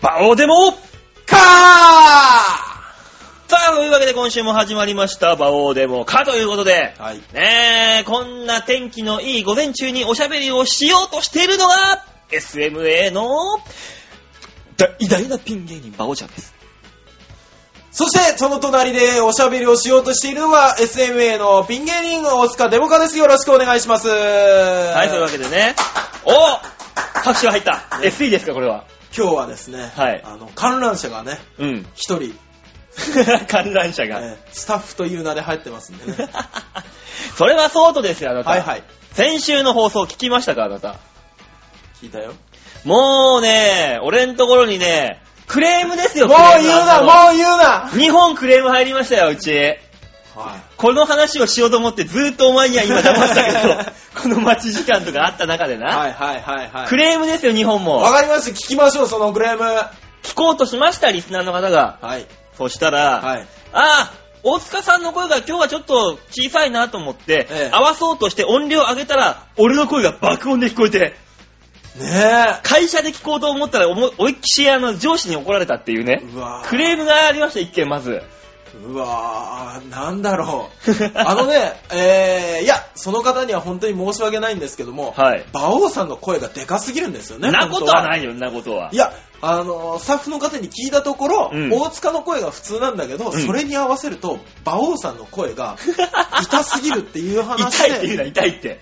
バオデモカさあ、というわけで今週も始まりました、バオデモかということで、ーはい。ねえ、こんな天気のいい午前中におしゃべりをしようとしているのが、SMA の、だ偉大なピン芸人、バオちゃんです。そして、その隣でおしゃべりをしようとしているのが、SMA のピン芸人、大塚デモカです。よろしくお願いします。ははい、というわけでね。お拍手が入った。SE ですか、これは。今日はですね、はいあの、観覧車がね、うん。一人、 観覧車えが。ースタッフという名で入ってますんで ね。それはそうとですよ、あなた。はいはい。先週の放送聞きましたか、あなた。聞いたよ。もうね、俺んところにね、クレームですよ、もう言うな、うもう言うな2本クレーム入りましたよ、うち。はい。この話をしようと思ってずーっとお前には今騙 したけど、この待ち時間とかあった中でな。はいはいはいはい。クレームですよ、日本もわ。かりました。聞きましょう、そのクレーム。は聞こうとしました、リスナーの方が。い。そしたら、はい。ああ、大塚さんの声が今日はちょっと小さいなと思って、ええ合わそうとして音量上げたら、俺の声が爆音で聞こえて、ね会社で聞こうと思ったら思い、思いっきしあの上司に怒られたっていうねえ。。うわクレームがありました、一件まず。うわー、なんだろ う。あのね、えー、いや、その方には本当に申し訳ないんですけども、はい馬王さんの声がでかすぎるんですよね。。なことはないいよ、なことは。いや、あのースタッフの方に聞いたところ、うん大塚の声が普通なんだけど、うんそれに合わせると、馬王さんの 声が痛すぎるっていう話痛いって言うで、でな、痛いって。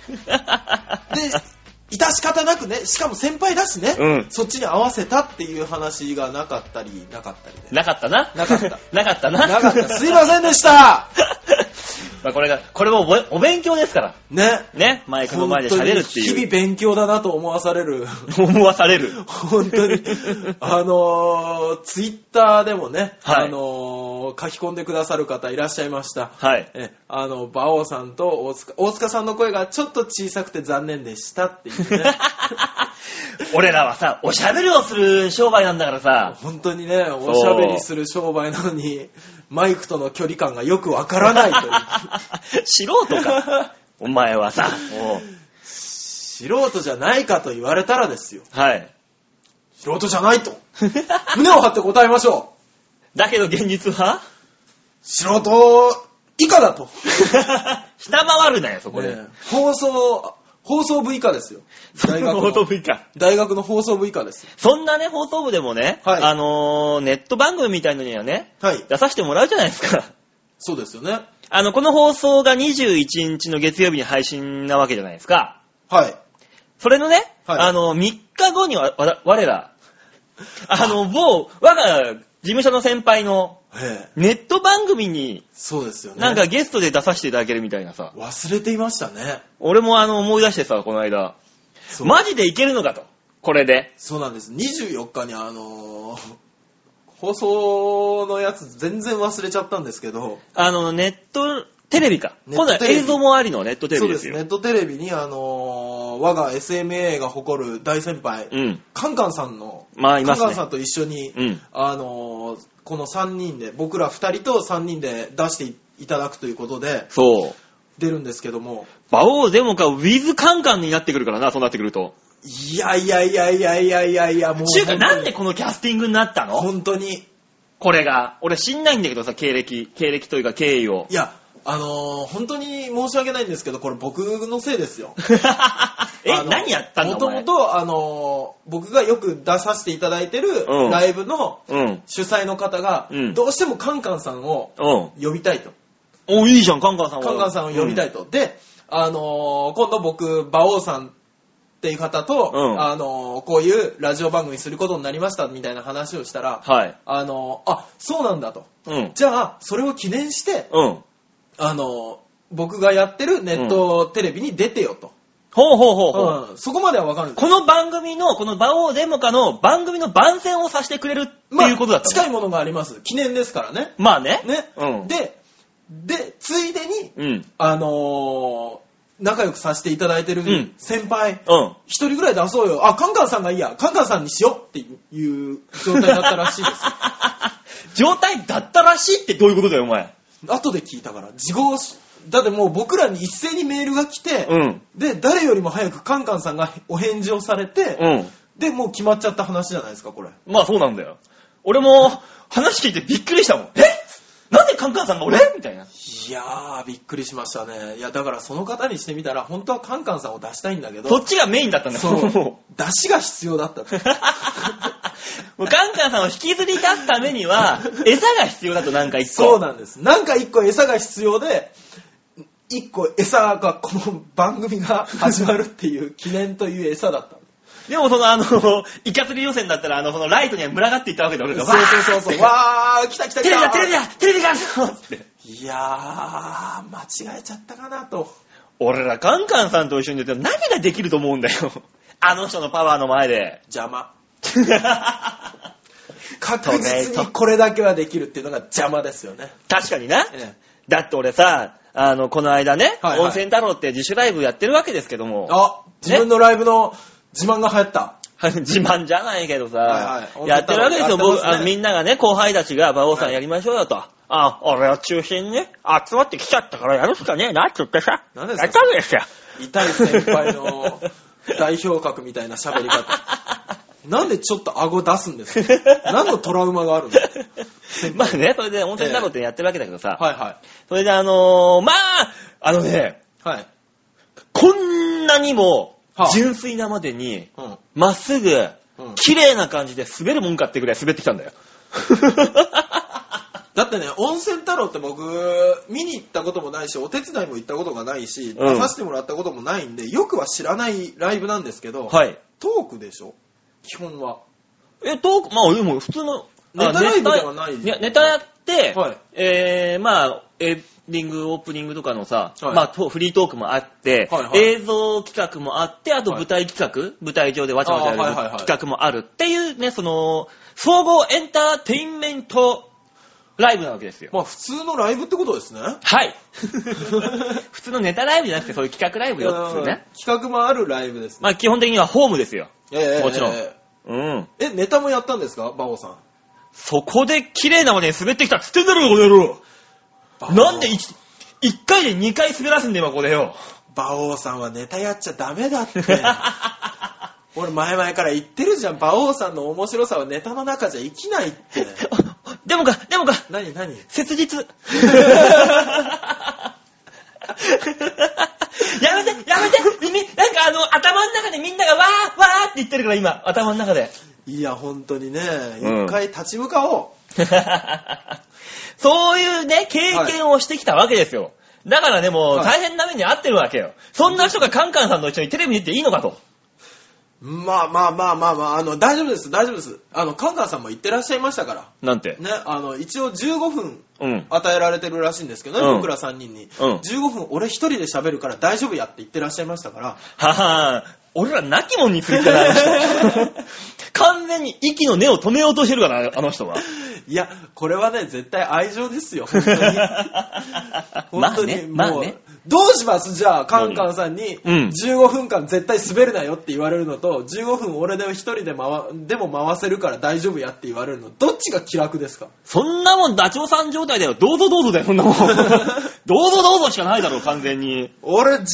致し方なくね、しかも先輩だしね、うんそっちに合わせたっていう話がなかったり、なかったりで。なかったな。なかった。 なかったな。なかった。 すいませんでしたまあこれが、これもおぼお勉強ですから。ね。ね、前かの前で喋るって本当に日い々う。勉強だなと思わされる。 思わされる。本 当に。あのー、ツイッターでもね、はいあのー、書き込んでくださる方いらっしゃいました。 はい。え、あの、馬王さんと大塚、大塚さんの声がちょっと小さくて残念でしたっていう ね。俺らはさ、おしゃべりをする商売なんだから さ、本当にね、おしゃべりする商売なのに、マイクとの距離感がよくわからないという。素人か。お前はさ、もう素人じゃないかと言われたらですよ。 はい。素人じゃな いと。胸を張って答えましょう。だけど現実 は素人以下だと。下回るなよ、そこで。ね放送、放送部以下ですよ。大学放送の部以下。大学の放送部以下です。そんなね、放送部でもね、はいあのーネット番組みたいのにはね、はい。出させてもらうじゃないですか。 そうですよね。あの、この放送が21日の月曜日に配信なわけじゃないですか。はい。それのね、はいあの、3日後には、わら我ら、あ の、某、我が事務所の先輩のええネット番組にそうですよね。なんかゲストで出させていただけるみたいなさ。忘れていましたね。俺もあの思い出してさ、この間。そうマジでいけるのかと。これで。そうなんです。24日にあのー 放送のやつ全然忘れちゃったんですけど、あの、ネット、テレビか。ネット今テレ度はビ映像もありのネットテレそうビでですす。よ。ネットテレビにあのー我が SMA が誇る大先輩、うん。カンカンさんの、まあ、いカまンすカンさね。んと一緒に、うん。あのーこの3人で、僕ら2人と3人で出していただくということで、そう。出るんですけども、バオーデモか、ウィズカンカンになってくるからな、そうなってくると。いやいやいやいやいやいやいや、もう。ちゅうか、本当になんでこのキャスティングになったの本当に。これが。俺知んないんだけどさ、経歴。経歴というか経緯 をい。や、あのー本当に申し訳ないんですけど、これ僕のせいですよ。えあ、の何やったんだもおと前もと、あのー僕がよく出させていただいてるうんライブのうん。主催の方が、うんどうしてもカンカンさんをうん。呼びたいと。お、いいじゃん、カンカンさんを。カンカンさんを呼びたいと。で、あのー今度僕、馬王さんっていう方と、うんあのーこういうラジオ番組することになりましたみたいな話をしたら、うん。はい。あのーあ、そうなんだと。うん。じゃあ、それを記念して、うん。あの、僕がやってるネットテレビに出てよと。ほうほうほうほう。うんそこまではわかるんない。この番組の、このバオーデモかの番組の番宣をさせてくれるっていうことだったの近いものがあります。記念ですからね。まあね。ね。うん。で、で、ついでに、うん。あのー仲良くさせていただいてうるん先輩、 うん。一人ぐらい出そうよ。あ、カンカンさんがいいや。カンカンさんにしようっていう状態だったらしいです。 状態だったらしいってどういうことだよ、お前。後で聞いたから。自業し、だってもう僕らに一斉にメールが来て、うん。で、誰よりも早くカンカンさんがお返事をされて、うん。で、もう決まっちゃった話じゃないですか、これ。まあそうなんだよ。俺も話聞いてびっくりしたもん。えなんでカンカンさんが俺みたいな。いやー、びっくりしましたね。いや、だからその方にしてみたら、本当はカンカンさんを出したいんだけど、そっちがメインだったんだよ。 そう も出汁が必要だったって。うもうカンカンさんを引きずり出すために は、餌が必要だとなんか一個。そうなんです。なんか一個餌が必要で、一個餌がこの番組が始まるっていう記念という餌だった。でもそのあの、イカ釣り予選だったら、あの、そのライトには群がっていったわけで俺 そうが。そうそうそう。わわー、来た来ーたテ来レビだた。テレビだテレビがって。いやー、間違えちゃったかなと。俺らカンカンさんと一緒にいて何ができると思うんだよ。あの人のパワーの前 で。邪魔。確実にこれだけはできるっていうのが邪魔ですよね。確かにな。ええだって俺さ、あの、この間ね、はいはい温泉太郎って自主ライブやってるわけですけども、あ、自分のライブの自慢が流行った。 自慢じゃないけどさ、はいはいやってるわけですよ。温泉太郎やってますね僕あのみんながね、後輩たちが馬王さはんいやりましょうよと。あ、俺は中心にね、集まってきちゃったからやるしかねえなって言ってさ、何ですやかったわけですよ。痛い先輩の代表格みたいな喋り 方。なんでちょっと顎出すんですか 何のトラウマがあるの まあね、それで温泉太郎ってやってるわけだけどさ、はいはそれであのーまあ、あのね、い。はい。こんなにもはあ純粋なまでに、うん。まっすぐ、うん綺麗な感じで滑るもんかってぐらい滑ってきたん だよ。だってね、温泉太郎って僕、見に行ったこともないし、お手伝いも行ったことがないし、うん出させてもらったこともないんで、よくは知らないライブなんですけど、はい。トークでしょ基本は。え、トーク、まあ、でも普通の、ネタあライブではないネタネタやって、はいえー、まあ、エンディング、オープニングとかのさ、はいまあ、トフリートークもあって、はいはい映像企画もあって、あと舞台企画、舞台上でわちゃわちゃやるあーはいはいはい企画もあるっていうね、その、総合エンターテインメントライブなわけですよ。まあ普通のライブってことですね。はい。 普通のネタライブじゃなくて、そういう企画ライブよっていうね。企画もあるライブですね。まあ、基本的にはホームですよ。ええもちろんええうん。え、ネタもやったんですかバオさん。そこで綺麗なまで滑ってきたっつってんだろ、この野郎なんで 1, 回で2回滑らすんだよ、今これ よ。バオさんはネタやっちゃダメだ って。俺前々から言ってるじゃん。バオさんの面白さはネタの中じゃ生きな いって。でもか、でもか、何何切 実。やめて、やめて、みなんかあの、頭の中でみんながわー、わーって言ってるから、今、頭の中で。いや、本当にね、うん一回立ち向かお そういうね、経験をしてきたわけですよ。だからね、もうはい大変な目に遭ってるわけよ。そんな人がカンカンさんと一緒にテレビに出ていいのかと。う。まあまあまあまあまあ、あの、大丈夫です、大丈夫です。あの、カンカンさんも言ってらっしゃいましたから。なんて。ね、あの、一応15分うん。与えられてるらしいんですけどね、うん僕ら3人に。うん15分俺一人で喋るから大丈夫やって言ってらっしゃいましたから。はは俺ら亡き者にするから、あ の人完全に息の根を止めようとしてるから、あの人は。いや、これはね、絶対愛情です よ、本当に。ま 本あ当ねに、まあもうね。。どうしますじゃあ、カンカンさんに、うん15分間絶対滑るなよって言われるのと、15分俺で一人で回、でも回せるから大丈夫やって言われるの、どっちが気楽ですかそんなもんダチョウさん状態だよ。どうぞどうぞだよ、そんなも ん。どうぞどうぞしかないだろう、完全に。俺15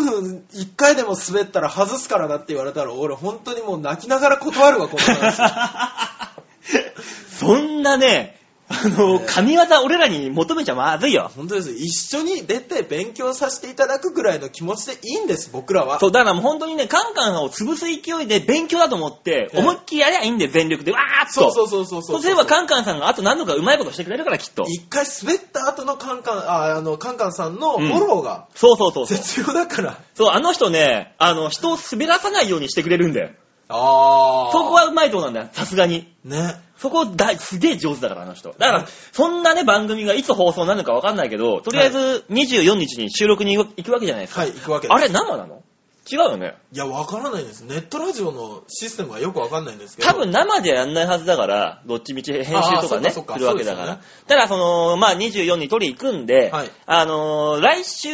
分1回でも滑ったら外すからなって言われたら、俺本当にもう泣きながら断るわ、この 話。 そんなね、あの、神業俺らに求めちゃまずいよ。本当です。一緒に出て勉強させていただくぐらいの気持ちでいいんです、僕らは。そう、だからもう本当にね、カンカンを潰す勢いで勉強だと思って、ええ思いっきりやりゃいいんで、全力で、わーっと。そうそうそうそうそそう。うすればカンカンさんがあと何度かうまいことしてくれるから、きっと。一回滑った後のカンカン、ああの、カンカンさんのフォローがそうそうそうそう。絶要だから。そう、あの人ね、あの、人を滑らさないようにしてくれるんだよ。ああ。そこはうまいとこなんだよ、さすがに。ね。そこだ、すげえ上手だから、あの人。だから、そんなね、番組がいつ放送になるのかわかんないけど、とりあえず24日に収録に行く行くわけじゃないですか。はい、行くわけです。あれ、生なの違うよね。いや、わからないです。ネットラジオのシステムはよくわかんないんですけど。多分生ではやんないはずだから、どっちみち編集とかね、あーそすっかそっかるわけだから。そうでただ、その、まあ、24に取り行くんで、はいあのー来週、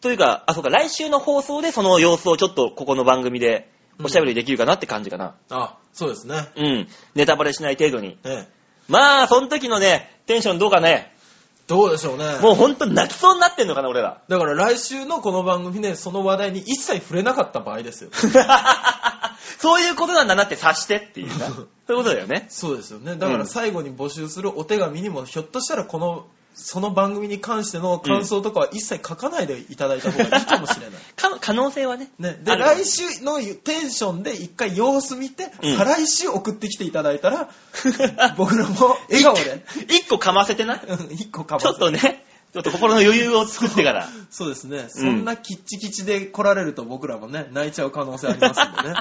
というか、あ、そうか、来週の放送でその様子をちょっとここの番組でおしゃべりできるかなって感じかな。あ、そうですね。うん。ネタバレしない程度に。ね。まあ、その時のね、テンションどうかね、どうでしょうね。もうほんと泣きそうになってんのかな、俺 ら。だから来週のこの番組でその話題に一切触れなかった場合ですよ。そういうことなんだなって察してっていう な。そういうことだよね。そうですよね。だかうらん最後に募集するお手紙にも、ひょっとしたらこの、その番組に関しての感想とかは一切書かないでいただいた方がいいかもしれない。 か可能性はね。ね、で、ある来週のテンションで一回様子見て、うん再来週送ってきていただいた ら、僕らも笑顔で、一個かませてな。うん一個かばちょっとね、ちょっと心の余裕を作ってから。そうですね。そんなキッチキチで来られると僕らもね、泣いちゃう可能性ありますんでね。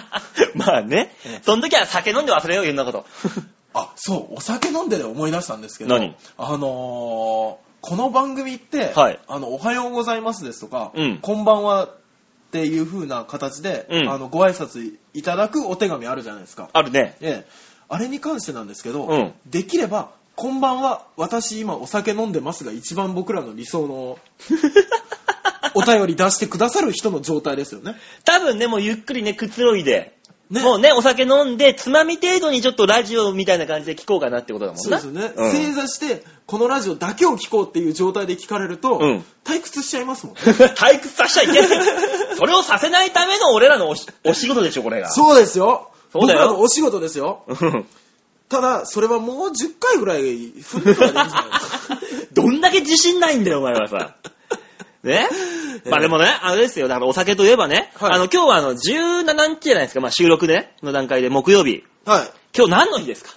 まあねええ。その時は酒飲んで忘れよう、いろんなこと。 あ、そう、お酒飲んでで思い出したんですけど、何あのーこの番組って、はいあの、おはようございますですとか、うんこんばんはっていう風な形で、うんあの、ご挨拶いただくお手紙あるじゃないですか。あるね。ええ、あれに関してなんですけど、 うんできれば、こんばんは、私今お酒飲んでますが、一番僕らの理想のお便り出してくださる人の状態ですよ ね。多分ね、もうゆっくりね、くつろいで。ねもうね、お酒飲んで、つまみ程度にちょっとラジオみたいな感じで聞こうかなってことだもんそうでな。すよね、うん正座して、このラジオだけを聞こうっていう状態で聞かれると、うん退屈しちゃいますもんね。退屈させちゃいけない。それをさせないための俺らのおしお仕事でしょ、これが。そうですよ。そう僕だよらのお仕事ですよ。うんただ、それはもう10回ぐらい振ることができない どんだけ自信ないんだよ、お前はさ。ねまあでもね、あれですよ、だからお酒といえばね、はいあの、今日はあの、17日じゃないですか、まあ収録ね、の段階で木曜日。 はい。今日何の日ですか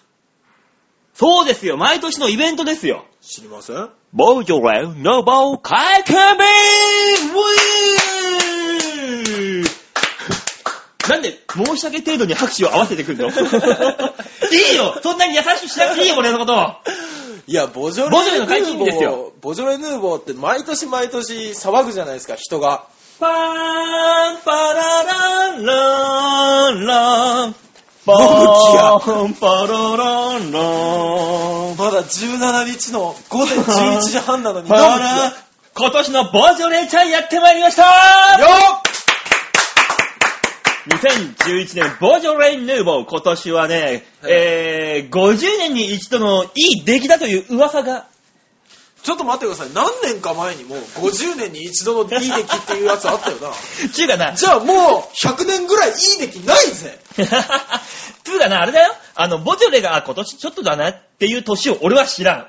そうですよ、毎年のイベントですよ。知りませんボージョレーノボーカイカミーウィー なんで、申し訳程度に拍手を合わせてくるの いいよそんなに優しくしなくていいよ、俺のこといや、ボジョレ・ボジョレのヌ解禁ーボ日ですーよ、ボジョレ・ヌーボーって毎年毎年騒ぐじゃないですか、人が。パーン、パラランランラン。パーン、パラランラン。まだ17日の午前11時半なのに、パなラんでラン。今年のボージョレーちゃんやってまいりましたすよよ2011年、ボージョレイ・ヌーボー、今年はね、はいえー、50年に一度のいい出来だという噂が、っちょっと待ってください。何年か前にもう50年に一度の D 歴っていうやつあったよな。ちゅうかな、 じゃあもう100年ぐらいいい出来ないぜ。つうかな、あれだよ、あの、ボジョレがあ今年ちょっとだなっていう年を俺は知らん。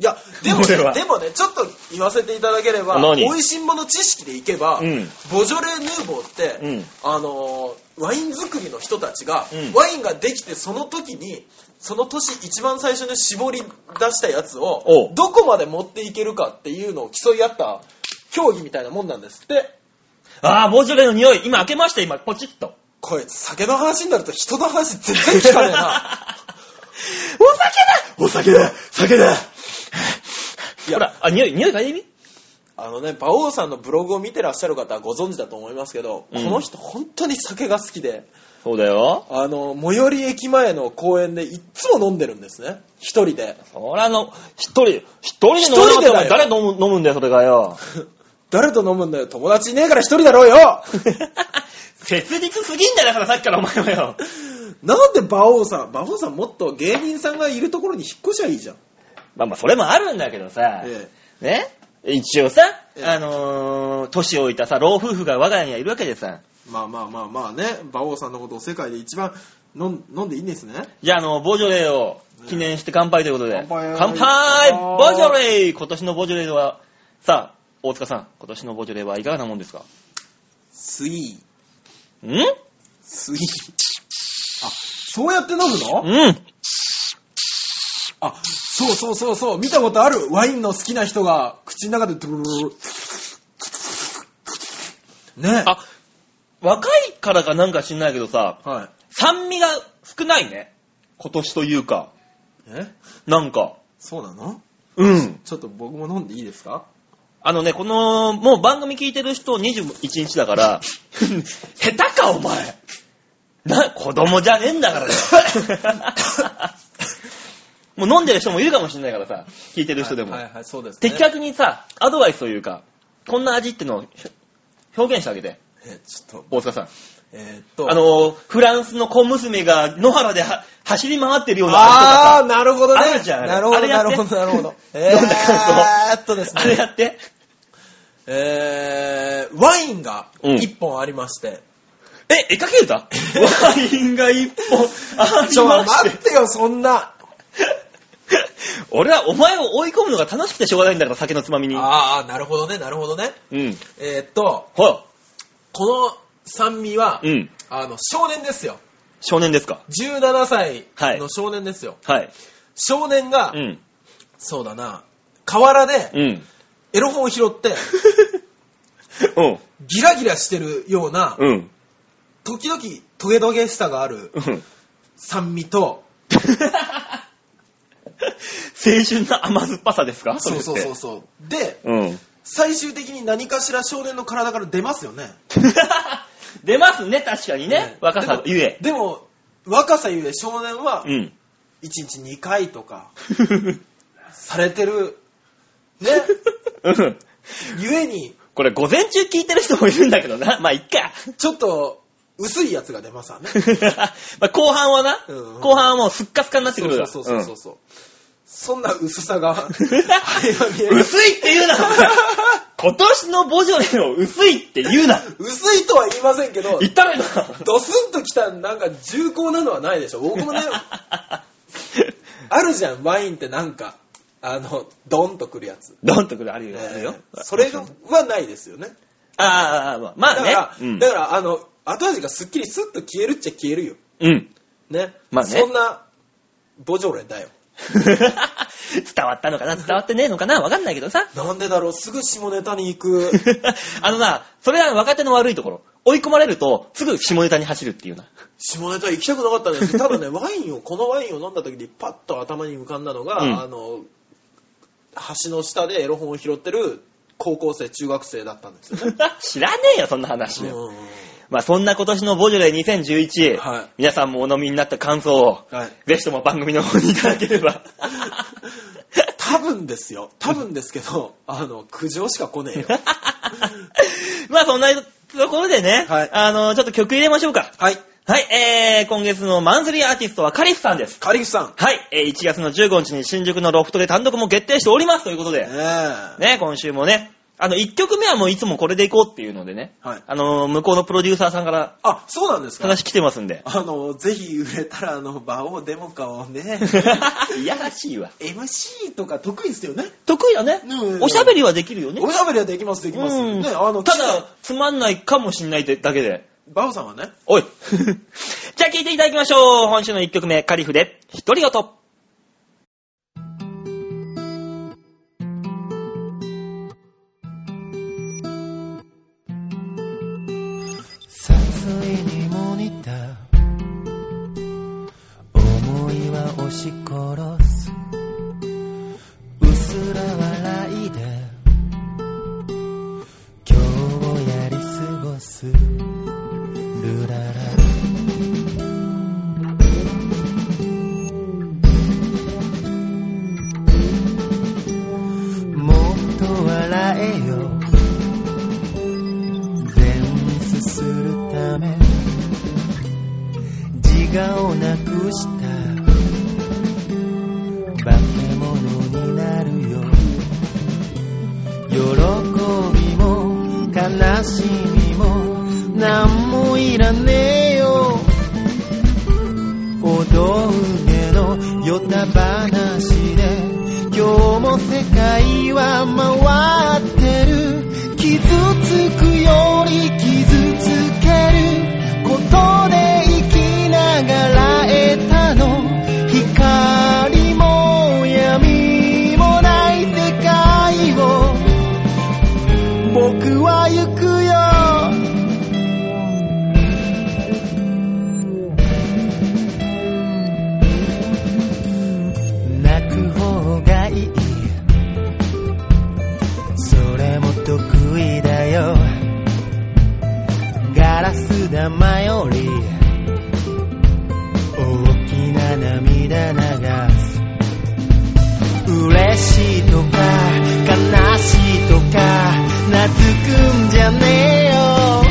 いや、でもこれはね、でもね、ちょっと言わせていただければ、何美味しんぼの知識でいけば、うんボジョレ・ヌーボーって、うんあのーワイン作りの人たちが、うんワインができてその時に、その年一番最初に絞り出したやつおをう、どこまで持っていけるかっていうのを競い合った競技みたいなもんなんですって。ああ、ボジョレの匂い、今開けました、今、ポチッと。こいつ、酒の話になると人の話全然聞かねえな。 お酒だ酒だ酒だいほやら、あ、匂い、匂い嗅いでみあのね、馬王さんのブログを見てらっしゃる方はご存知だと思いますけど、うんこの人本当に酒が好きで、そうだよ。あの、最寄り駅前の公園でいっつも飲んでるんですね。一人で。そらの、一人、一人で飲むの一人でだよ誰飲む飲むんだよ、それがよ。誰と飲むんだよ。友達いねえから一人だろうよ 切実すぎんだよ、だからさっきからお前はよ。なんで馬王さん、馬王さんもっと芸人さんがいるところに引っ越しゃいいじゃん。まあまあ、それもあるんだけどさ、えね一応さ、ええあのー、年老いたさ、老夫婦が我が家にはいるわけでさ、えまあまあまあまあね、馬王さんのことを世界で一番飲ん飲んでいいんですね。じゃあ、あの、ボジョレーを記念して乾杯ということで、乾杯杯乾ボ杯ジョレー今年のボジョレーは、さあ、大塚さん、今年のボジョレーはいかがなもんですかスイー、んスイー。あ、そうやって飲むのうんあ、そうそうそうそう、見たことあるワインの好きな人が口の中でドゥルルルルねあ、若いからかなんか知んないけどさ、はい。酸味が少ないね。今年というか、えなんか。そうなのうん。ちょっと僕も飲んでいいですかあのね、この、もう番組聞いてる人21日だから、 下手かお前な、子供じゃねえんだから だよ。もう飲んでる人もいるかもしれないからさ、聞いてる人でも。はいはいはい、そうです、ね。的確にさ、アドバイスというか、こんな味ってのをひょ表現してあげて、えちょっと、大塚さん。えーっと。あの、フランスの小娘が野原では走り回ってるようなあー、感なるほどね。あるじゃんあれなるほあど、れやなってるほど、なる ほど。飲んだ感えーっとでじすとかさ、あれね。やって。えー、ワインがうん1本ありまして、え、絵描け たワインが一本あちりょ、まし。待っててよ、そんな。 俺はお前を追い込むのが楽しくてしょうがないんだから、酒のつまみに。ああ、なるほどね、なるほどね。うん。えーっと、ほら、この酸味は、うん。あの、少年ですよ。少年ですか17歳はいの少年ですよ。はい。少年が、うん。そうだな、河原でうん。 エロ本を拾って、うん。ギラギラしてるような、うん。時々トゲトゲしさがあるうん。酸味と、青春の甘酸っぱさですかそうそうそううそう。で、うん。最終的に何かしら少年の体から出ますよね。 出ますね、確かにね。若さゆえ。でも、でも若さゆえ少年はう、ん。 1日2回とか、されてる、 ね、うんゆえに、これ午前中聞いてる人もいるんだけどな。まあ、いっか。ちょっと、薄いやつが出ますわね。まあ後半はな、うん後半はもうすっかすかになってくるから。そうそうそうそうそう。そんな薄 さが、あれうんは見える。薄いって言うなお前今年のボジョレを薄いって言うな薄いとは言いませんけど、言ったろ今ドスンときたなんか重厚なのはないでしょ。僕 もね、あるじゃん、ワインってなんか、あの、ドンとくるやつ。ドンとくるあるよ、あるよねそれがはないですよね。ああまあまだあかねら、うんだから、あの、後味がすっきりスッと消えるっちゃ消えるよ。うんね。まあねそんな、ボジョレだよ。伝わったのかな伝わってねえのかなわかんないけどさなんでだろう、すぐ下ネタに 行く。あのなそれは若手の悪いところ追い込まれるとすぐ下ネタに走るっていうな下ネタ行きたくなかったんですけど、ただね、ワインを、このワインを飲んだ時にパッと頭に浮かんだのが、うんあの、橋の下でエロ本を拾ってる高校生、中学生だったんですよね。知らねえよそんな話はうんまあそんな今年のボジョレ2011、はい皆さんもお飲みになった感想を、はい。ぜひとも番組の方にいただければ。 多分ですよ。多分ですけど、あの、苦情しか来ねえよ。 まあそんなところでね、はいあの、ちょっと曲入れましょうか。はい。はい、えー、今月のマンスリーアーティストはカリスさんです。カリフさん。はい、えー、1月の15日に新宿のロフトで単独も決定しておりますということで、ねえ。ね、今週もね、あの、1曲目はもういつもこれでいこうっていうのでね、はい。あの、向こうのプロデューサーさんからあ、そうなんですか。話来てますんであの、ぜひ売れたら、あの、馬王デモカを ね、いやらしいわ。 MC とか得意ですよね。得意だね。おしゃべりはできるよね。おしゃべりはできます、できます。うんね、あの、ただ、、つまんないかもしんないだけで。馬王さんはね、おい。 じゃあ聞いていただきましょう。本週の1曲目、カリフで、独り言。山水にも似た思いは押し殺すうすら笑いで今日をやり過ごすルララもっと笑えよ全スするため自我をなくした化け物になるよ喜びも悲しみも何もいらねえよ踊うけのよた話で今日も世界は回ってる傷つくより傷つけることで生きながら得たの光も闇もない世界を僕は行くよ泣く方がいいそれも得意だよガラス玉より大きな涙流す嬉しいとか悲しいとか懐くんじゃねえよ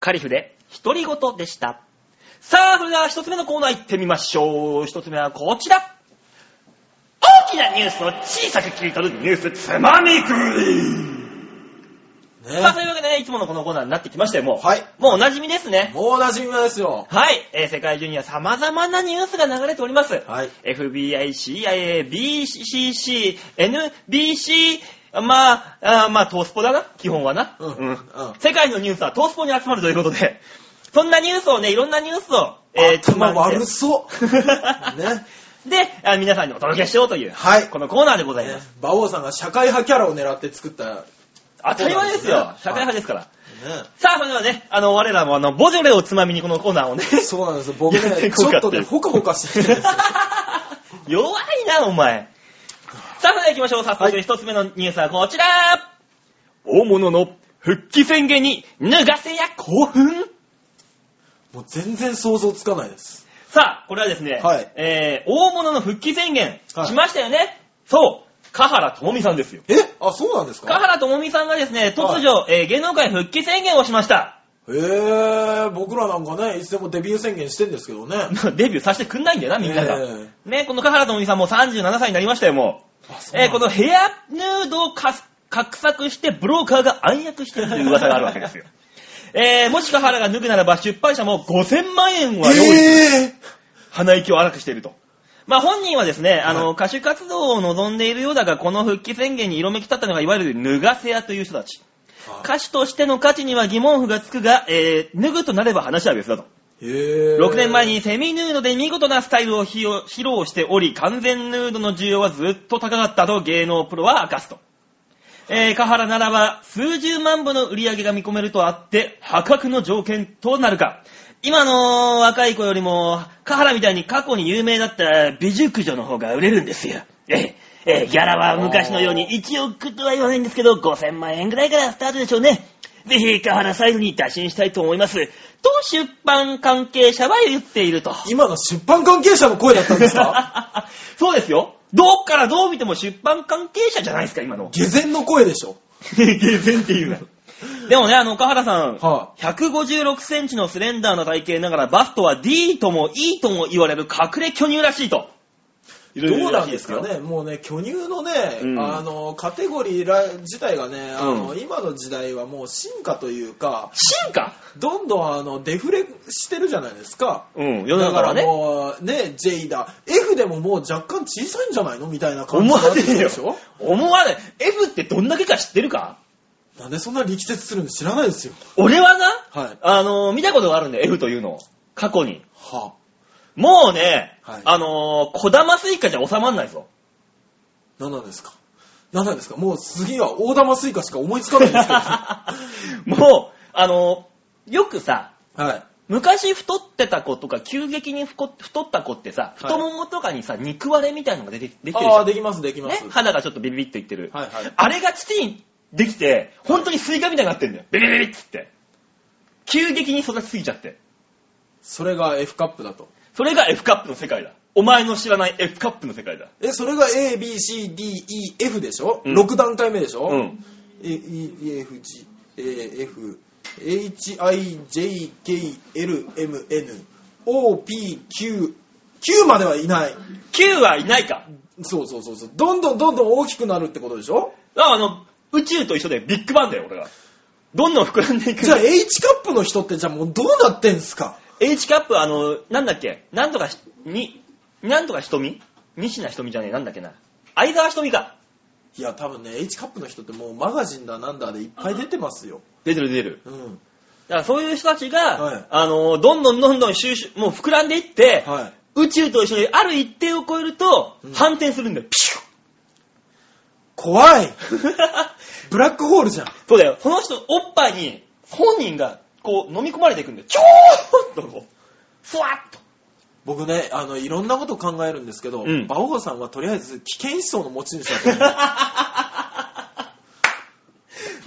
カリフで独り言でした。さあ、それでは一つ目のコーナー行ってみましょう。一つ目はこちら。大きなニュースを小さく切り取るニュースつまみ食い。ねさあ、というわけでね、いつものこのコーナーになってきましたよ、もう。はい。もうお馴染みですね。もうお馴染みですよ。はい、えー世界中には様々なニュースが流れております。はい。 FBI、CIA、BCC、NBC、まあ、あーまあ、トースポだな、基本はな。うんうん世界のニュースはトースポに集まるということで、そんなニュースをね、いろんなニュースを、頭悪つそまん う。でね。であ皆さんにお届けしようという、はいこのコーナーでございねます。馬王さんが社会派キャラを狙って作った。ね。当たり前ですそうなんよで。す社会ね派ですから。さあ、それではね、あの、我らも、あの、ボジョレをつまみにこのコーナーをね、 そうなんですよ。僕やっていね、ちこうょかっとっていね、うホカホカしてるんですよ。 弱いな、お前。さあ、それでは行きましょう。早速、一つ目のニュースはこちら。大物の復帰宣言に脱がせや興奮もう全然想像つかないです。さあ、これはですね、はいえー、大物の復帰宣言はいしましたよね。そう、香原智美さんですよ。えあ、そうなんです香か原智美さんがですね、突如、えー芸能界復帰宣言をしました。 へえ、僕らなんかね、いつでもデビュー宣言してんですけどね。デビューさせてくんないんだよな、みんなが。えーね、この香原智美さんも37歳になりましたよ、もう。あそうえなーんこだのヘアヌードをかす画策してブローカーが暗躍しているという噂があるわけです よ。えーもしか原が脱ぐならば出版社も5000万円は用意、え鼻息を荒くしていると。まあ本人はですね、あの、歌手活動を望んでいるようだが、この復帰宣言に色めき立ったのが、いわゆる脱がせ屋という人たち。ー歌手としての価値には疑問符がつくが、えー脱ぐとなれば話は別だと。へえ6年前にセミヌードで見事なスタイルを披露披露しており、完全ヌードの需要はずっと高かったと芸能プロは明かすと。えー、河原ならば数十万部の売り上げが見込めるとあって、破格の条件となるか。今の若い子よりも、河原みたいに過去に有名だった美熟女の方が売れるんですよ。ええ、ええ、ギャラは昔のように1億とは言わないんですけど、5000万円ぐらいからスタートでしょうね。ぜひ、河原サイドに打診したいと思います。と、出版関係者は言っていると。今の出版関係者の声だったんで すかそうですよ。どっからどう見ても出版関係者じゃないですか、今の。下膳の声でしょ。下然っていうな。でもね、あの、岡原さん、は156センチのスレンダーな体型ながら、バストは D とも E とも言われる隠れ巨乳らしいと。い、どうなんですかねもうね、巨乳のね、うんあの、カテゴリーら自体がね、あの、うん今の時代はもう進化というか、進化どんどんあの、デフレしてるじゃないですか。うん、世のだ中かはらね。もう、ね、J だ。F でももう若干小さいんじゃないのみたいな感じ思になわってねくるえでよしょ。思わない。F ってどんだけか知ってるかなんでそんな力説するの知らないですよ。俺はな、はい。あのー見たことがあるんだよ、F というのを。過去に。はもうね、はいあのー、小玉スイカじゃ収まん ないぞ。何なんですか何なんですかもう次は大玉スイカしか思いつかないんです けど。もう、あのー、よくさ、はい。昔太ってた子とか急激に太太った子ってさい太ももとかにさ肉割れみたいなのが出てできてるじあゃあ、ん、できます、できまねす。、肌がちょっとビビビッといってる、はいはいあれが父にできて本当にスイカみたいになってんだよビビビビッつって急激に育ちすぎちゃってそれが F カップだと。それが F カップの世界だお前の知らない F カップの世界だえ、それが A, B, C, D, E, F でしょ、うん ?6 段階目でしょ、うん A, E, F, G, A, F, H, I, J, K, L, M, N, O, P, Q、Q まではいない。 9はいないかそうそうそうそう。どんどんどんどん大きくなるってことでし ょああの宇宙と一緒でビッグバンだよ俺はどんどん膨らんでいくじゃあ H カップの人ってじゃあもうどうなってんすか H カップあの、なんだっけなんとかし、に、なんとか瞳西名瞳じゃねえ、なんだっけな。相沢瞳か。いや多分ね H カップの人ってもうマガジンだなんだでいっぱい出てますよ。出てる出てる。うだん。からそういう人たちが、はいあの、どんどんどんどん収集、もう膨らんでいって、はい。宇宙と一緒にある一定を超えると、うん反転するんだよ。ピ 怖いシュッブラックホールじゃん。そうだよ。その人、おっぱいに、本人が、こう、飲み込まれていくんだよ。ちょーっとこう、ふわっと。 僕ね、あの、いろんなこと考えるんですけど、うん馬王さんはとりあえず危険思想の持ち主だと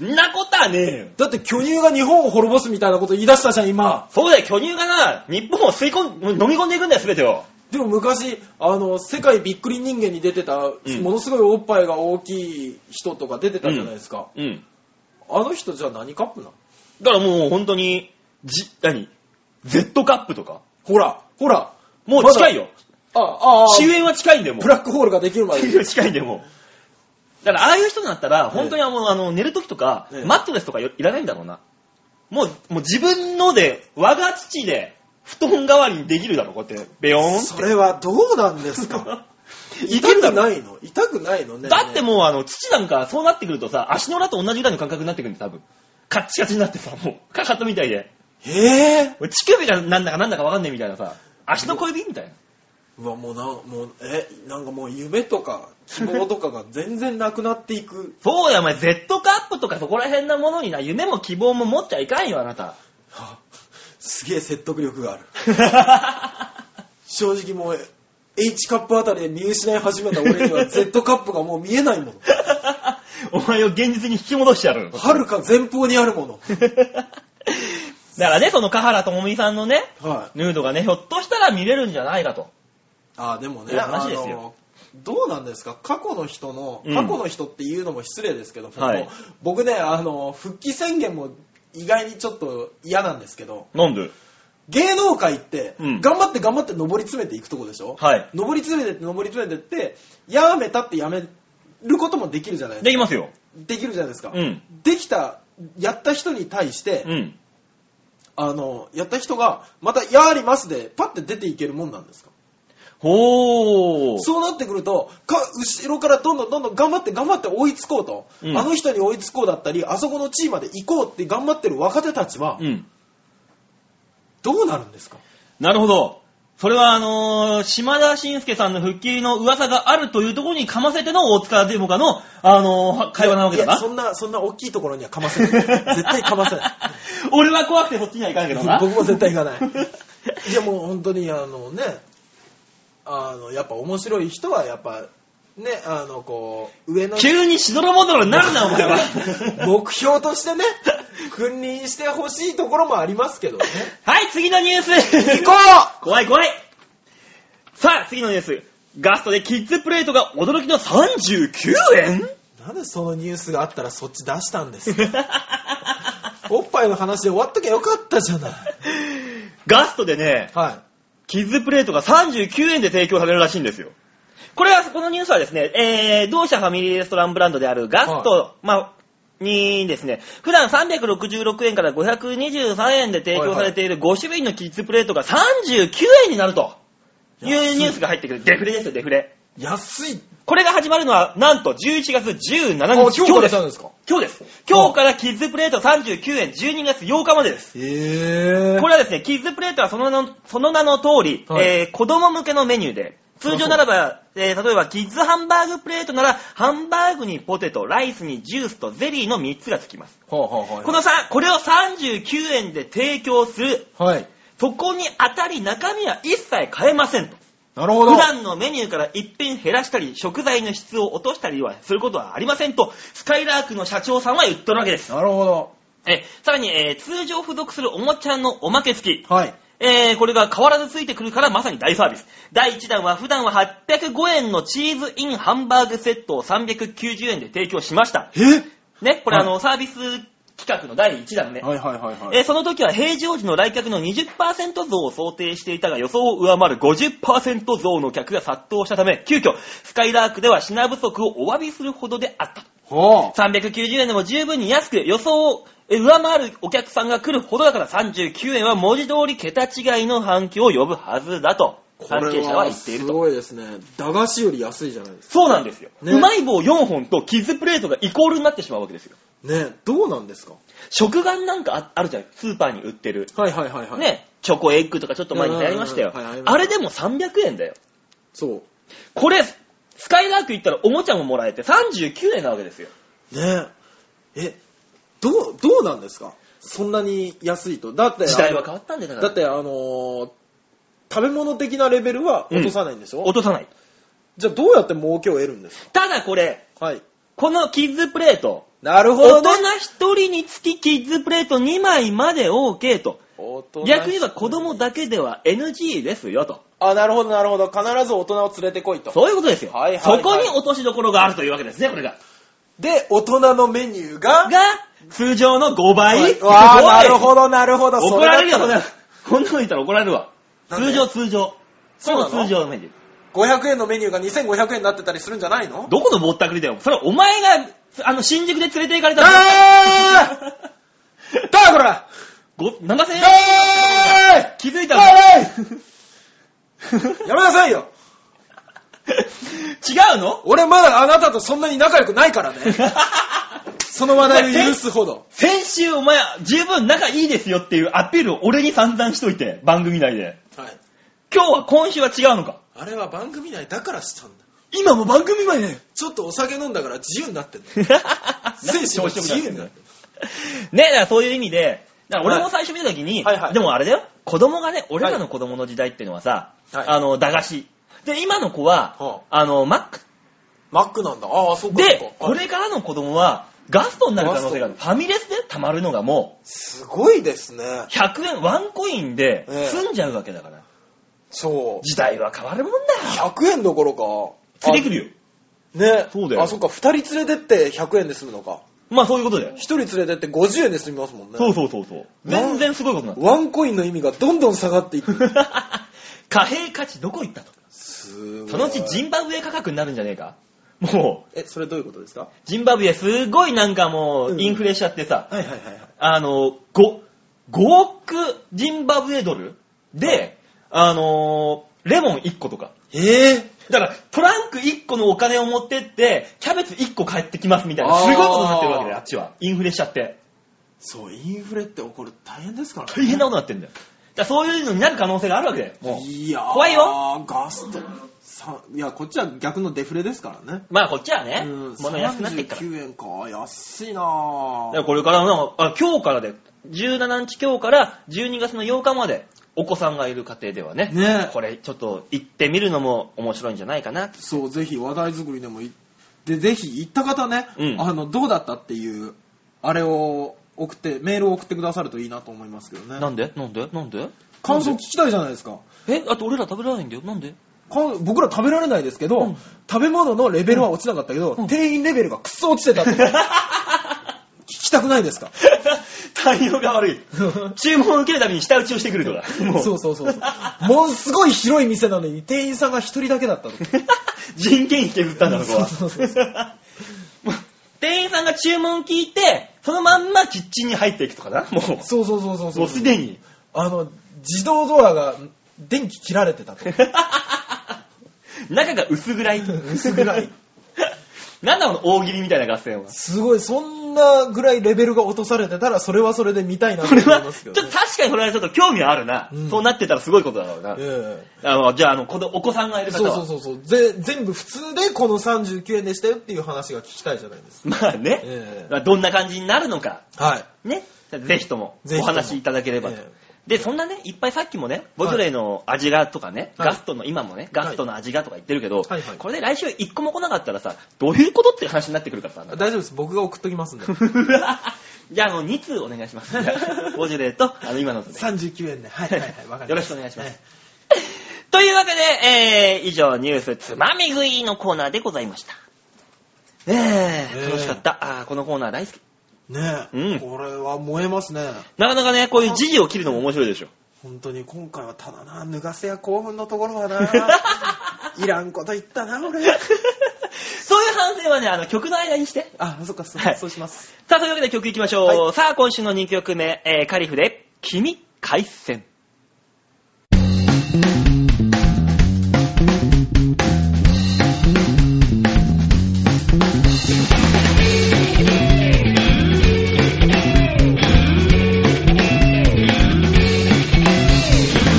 思うんなことはねえよ。だって巨乳が日本を滅ぼすみたいなこと言い出したじゃん、今。そうだよ、巨乳がな、日本を吸い込ん、飲み込んでいくんだよ、すべてを。でも昔、あの、世界びっくり人間に出てた、んものすごいおっぱいが大きい人とか出てたじゃないですか。うん。あの人じゃあ何カップなのだからもう本当に、じ、何 ?Z カップとか。ほら、ほら。もう近いよ。あ、ああ、終焉は近いんだよ、もうブ。ラックホールができるま で。近いんだよ、もう。だから、ああいう人になったら、本当にあの、あの寝るときとかええ、マットレスとかいらないんだろうな。もう、もう自分ので、我が父で、布団代わりにできるだろ、こうやって。ベヨーンってそれはどうなんです か 痛くないの痛くないのね。だってもうあの土なんかそうなってくるとさ足の裏と同じぐらいの感覚になってくるんだよ多分カッチカチになってさもうかかとみたいでええ俺乳首がなんだかなんだかわかんねえみたいなさ足の小指みたいなうわ、もうな、もう、え、なんかもう夢とか希望とかが全然なくなっていく。そうだよお前 Z カップとかそこら辺なものにな夢も希望も持っちゃいかんよあな たはあすげえ説得力がある。正直もう、H カップあたりで見失い始めた俺には Z カップがもう見えないもの。お前を現実に引き戻してやるはるか前方にあるもの。だからねその香原朋美さんのねはい。ヌードがねひょっとしたら見れるんじゃないかとああ、でもね、いやマジですよあのどうなんですか過去の人の、うん過去の人っていうのも失礼ですけど、はい僕ね、あの、復帰宣言も意外にちょっと嫌なんですけど、なんで芸能界って、うん頑張って頑張って上り詰めていくとこでしょはい上り詰めてって上り詰めてって、やめたってやめることもできるじゃないできますよできるじゃないですか。うんできた、やった人に対して、うんあの、やった人が、また、やりますで、パッて出ていけるもんなんですかほーそうなってくるとか後ろからどんどんどんどん頑張って頑張って追いつこうと、うんあの人に追いつこうだったりあそこの地位まで行こうって頑張ってる若手たちはうんどうなるんですか、なるほど。それはあのー島田紳介さんの復帰の噂があるというところにかませての大塚デモカの、あのーは会話なわけだいやそな。んなそんな大きいところにはかませない絶対かませない 俺は怖くてそっちには行かんけどな。 僕も絶対行かないいやもう本当にあのねあのやっぱ面白い人はやっぱねあのこう上の急にしどろもどろになるな、お前は。 目標としてね君臨してほしいところもありますけどねはい、次のニュース。行こう怖い怖い。さあ、次のニュース。ガストでキッズプレートが驚きの39円 なんでそのニュースがあったらそっち出したんですかおっぱいの話で終わっときゃよかったじゃない。ガストでね、はキッズプレートが39円で提供されるらしいんですよ。これは、このニュースはですね、えー、同社ファミリーレストランブランドであるガスト、まあ、にですね、普段366円から523円で提供されている5種類のキッズプレートが39円になるというニュースが入ってくる。デフレですよ、デフレ。い。安い。これが始まるのは、なんと11月17あ日、今日で出たんす。ですか今日です。今日からキッズプレート39円、12月8日までです。へえ。 これはですね、キッズプレートはその名のその名の通り、はいえー子供向けのメニューで、通常ならば、えー例えばキッズハンバーグプレートなら、ハンバーグにポテト、ライスにジュースとゼリーの3つがつきます。ほうほうほうこのさ、これを39円で提供する、はい。そこに当たり中身は一切変えませんと。なるほど。普段のメニューから一品減らしたり、食材の質を落としたりはすることはありませんと、スカイラークの社長さんは言っとるわけです。なるほど。え、さらに、えー通常付属するおもちゃのおまけ付き。はい。えー、これが変わらずついてくるからまさに大サービス。第1弾は普段は805円のチーズインハンバーグセットを390円で提供しました。えね、これあはいの、サービス企画の第1弾ね。はいはいはいはい。えーその時は平常時の来客の20%増を想定していたが予想を上回る50%増の客が殺到したため、急遽、スカイラークでは品不足をお詫びするほどであった。ほう。 390円でも十分に安く予想を上回るお客さんが来るほどだから39円は文字通り桁違いの反響を呼ぶはずだと関係者は言っているすと。ごいですね。駄菓子より安いじゃないですそうなんですよ、ねうまい棒4本とキッズプレートがイコールになってしまうわけですよ。か。ねどうなんですか食玩なんかああるじゃん。スーパーに売ってる。はいはいはいはい。。ね、チョコエッグとかちょっと前にやりましたようんうんうんはいはい。あれでも300円だよ。そこれ、スカイラーク行ったらおもちゃももらえて39円なわけですよ。う。ねえ、どう、どうなんですかそんなに安いと。だって、時代は変わったんでだから。だってあのー食べ物的なレベルは落とさないんでしょ、落とさない。じゃあどうやって儲けを得るんですただこれ、かはい。このキッズプレート、なるほ大どね。人一人につきキッズプレート2枚まで OK と。逆に言えば子供だけでは NG ですよと。あ、なるほどなるほど。必ず大人を連れてこいと。そういうことですよ。はいはいはいそこに落としどころがあるというわけですね、これが。で、大人のメニューが、が、通常の5倍すごいわあ、なるほど、なるほど。そ怒れだっらたれるよ、そんな。こんなこと言ったら怒られるわ。なんで通常、通常。そうなのこれも通常のメニュー。 500円のメニューが2500円になってたりするんじゃないのどこのぼったくりだよ。それお前が、あの、新宿で連れて行かれたあーだこらご7000円え気づいーたんだ。いやめなさいよ違うの俺まだあなたとそんなに仲良くないからね。 その話題を許すほど。 先週お前、十分仲いいですよっていうアピールを俺に散々しといて、番組内で。 はい。今日は、今週は違うのか。あれは番組内だからしたんだ。今も 番組前だよ。ちょっとお酒飲んだから自由になってんだ。精精神が自由 になるねだからそういう意味で、だから俺も最初見た時に、はいはいはいでもあれだよ、子供がね、俺らの子供の時代っていうのはさ、はいあの、駄菓子。で、今の子は、はあの、マック。マックなんだ。ああ、そっかそっかで、。これからの子供は、ガストになる可能性がある。ファミレスで溜まるのがもすごいですね。う、100円、ワンコインでええ済んじゃうわけだから。そう。時代は変わるもんだよ。 100円どころか。連れてくるよ。あね。そうだよあ、そっか。2人連れてって100円で済むのか。まあそういうことだよ1。人連れてって50円で済みますもんね。そうそうそうそう。全然すごいことになってるワンコインの意味がどんどん下がっていく。貨幣価値どこ行ったと。すごいそのうちジンバブエ価格になるんじゃねえかもう、え、それどういうことですかジンバブエすごいなんかもううんインフレしちゃってさ、はいはいはいはい。あの、5、5億ジンバブエドルで、あのー、レモン1個とか。ええだから、トランク1個のお金を持ってって、キャベツ1個返ってきますみたいな、あーすごいことになってるわけだよ、あっちは。インフレしちゃって。そう、インフレって起こる大変ですからね。大変なことになってんだよ。だからそういうのになる可能性があるわけだよ、もう。いやー怖いよ。ガスト。さいや、こっちは逆のデフレですからね。まあこっちはねうん、物安くなっていくから。だ39円か。安いなぁ。からこれからの、あ今日からで、17日今日から12月の8日まで、お子さんがいる家庭ではね、ねこれちょっと行ってみるのも面白いんじゃないかな。そう、ぜひ話題作りでもいで、ぜひ行った方ね、うんあの、どうだったっていう、あれを送って、メールを送ってくださるといいなと思いますけどなね。んでなんでなんで感想聞きたいじゃないですか。え、あと俺ら食べられないんだよ。なんでか僕ら食べられないですけど、うん食べ物のレベルは落ちなかったけど、うん店員レベルがクソ落ち てたって。聞きたくないですか 対応が悪い。注文を受けるために下打ちをしてくると か。そうそうそうそう。ものすごい広い店なのに店員さんが一人だけだったと。 人件費削ったんだ、そこは。そうそうもう 店員さんが注文聞いて、そのまんまキッチンに入っていくとかな。もう、そうそうそうそうそう。もうすでに。あの、自動ドアが電気切られてたと。中が薄暗い。 薄暗い。 なんだこの大喜利みたいな合戦は。すごい、そんなぐらいレベルが落とされてたら、それはそれで見たいなこと思れいまは、すちけょっど、とね。確かにこれはちょっと興味はあるな。うんそうなってたらすごいことだろうな。ええあのじゃあ、あの、このお子さんがいる方そうは。そうそうそうぜ全部普通でこの39円でしたよっていう話が聞きたいじゃないですまあね、えまあどんな感じになるのか。か。はい。ね。ぜひともぜひおとも話しいただければと。えで、そんなね、いっぱいさっきもね、ボジョレーの味がとかね、はいガストの、今もね、ガストの味がとか言ってるけど、はいはいこれで来週一個も来なかったらさ、どういうことって話になってくる からさ。え大丈夫です。僕が送っとき ますんで。 じゃあ、あの、2通お願いします。ボジョレーと、あの、今のとで。 39円で。はいはい はい。わかりました。よろしくお願いしますえというわけで、えー、以上、ニュースつまみ食いのコーナーでございました。ねえねえ楽しかった。あーこのコーナー大好き。えねえ、うんこれは燃えますね。なかなかね、こういう時事を切るのも面白い でしょ。本当に今回はただな、脱がせや興奮のところはな、 いらんこと言ったな、俺。そういう反省はね、あの、曲の間にして。あ、そっか、そ,、はいそうします。さあ、というわけで曲いきましょう。はさあ、今週の2曲目、えー、カリフで、君、海鮮。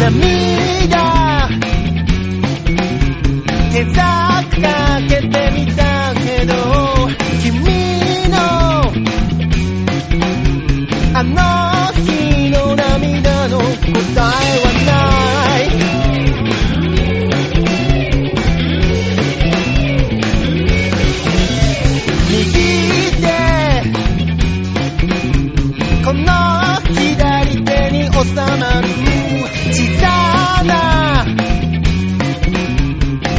涙手ざかけてみたけど君のあの日の涙の答えはない右手この左手に収まる小さな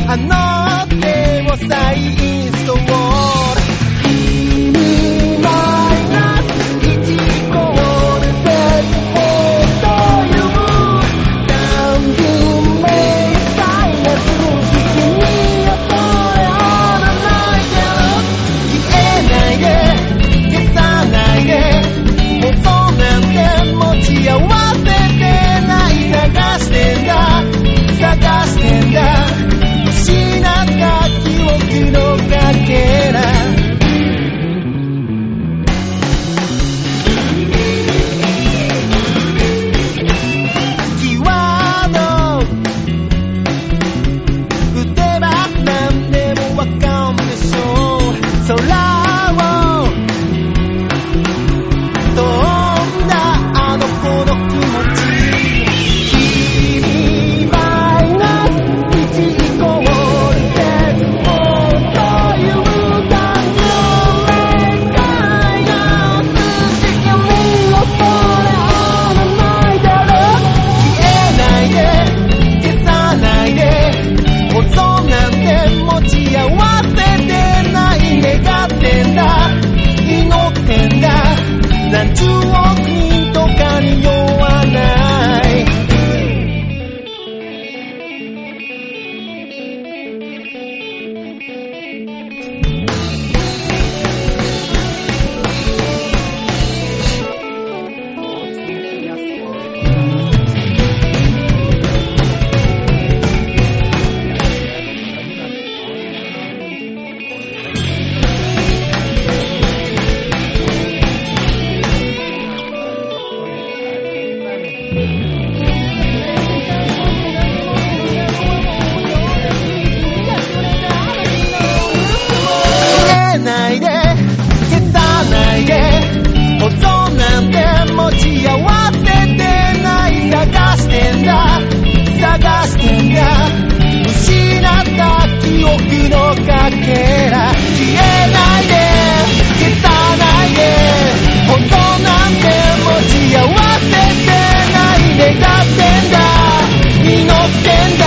あの手を再インストール君は何十億人とかに酔わない入れないで消さないで音なんて持ち合わせてない探してんだ探してんだ失った記憶のかけら消えないで消さないで音なんて持ち合わせてない願ってんだ祈ってんだ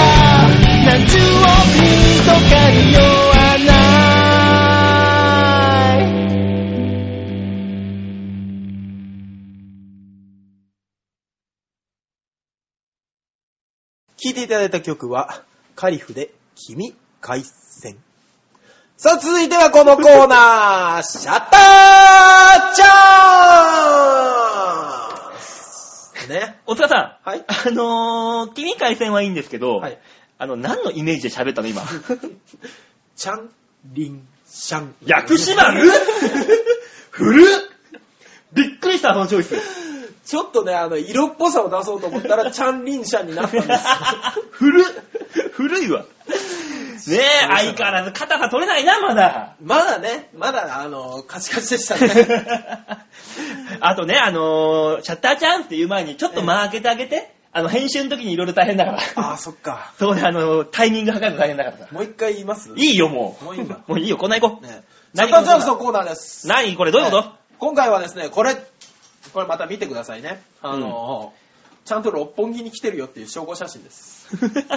何十億人とかに酔わない聴いていただいた曲は、カリフで君海戦。さあ、続いてはこのコーナー、シャッターチャンスね。大塚さん。は いあのー、君回線はいいんですけど、はい。あの、何のイメージで喋ったの今。チャン、リン、シャン。 薬師丸古っ びっくりした、その チョイス。ちょっとね、あの、色っぽさを出そうと思った ら、チャン、リン、シャンになったんです。古っ古いわ。ねえ、相変わらず硬さ取れないな、まだ。 まだね、まだ、あの、カチカチでしたね。 あとね、あのーシャッターチャンスって言う前に、ちょっと間開けてあげて、あの、編集の時にいろいろ大変だかああ、ら。そっか。 そうね、あのータイミング測るの大変だからさ。もう一回言いますいいよ、もう。もういいんだ もういいよ、こんな行こう。ね。シャ何ッターチャンスのコーナーです。何これ、どういうこと、ね今回はですね、これ、これまた見てくださいね。あの、ちゃんと六本木に来てるよっていう証拠写真です。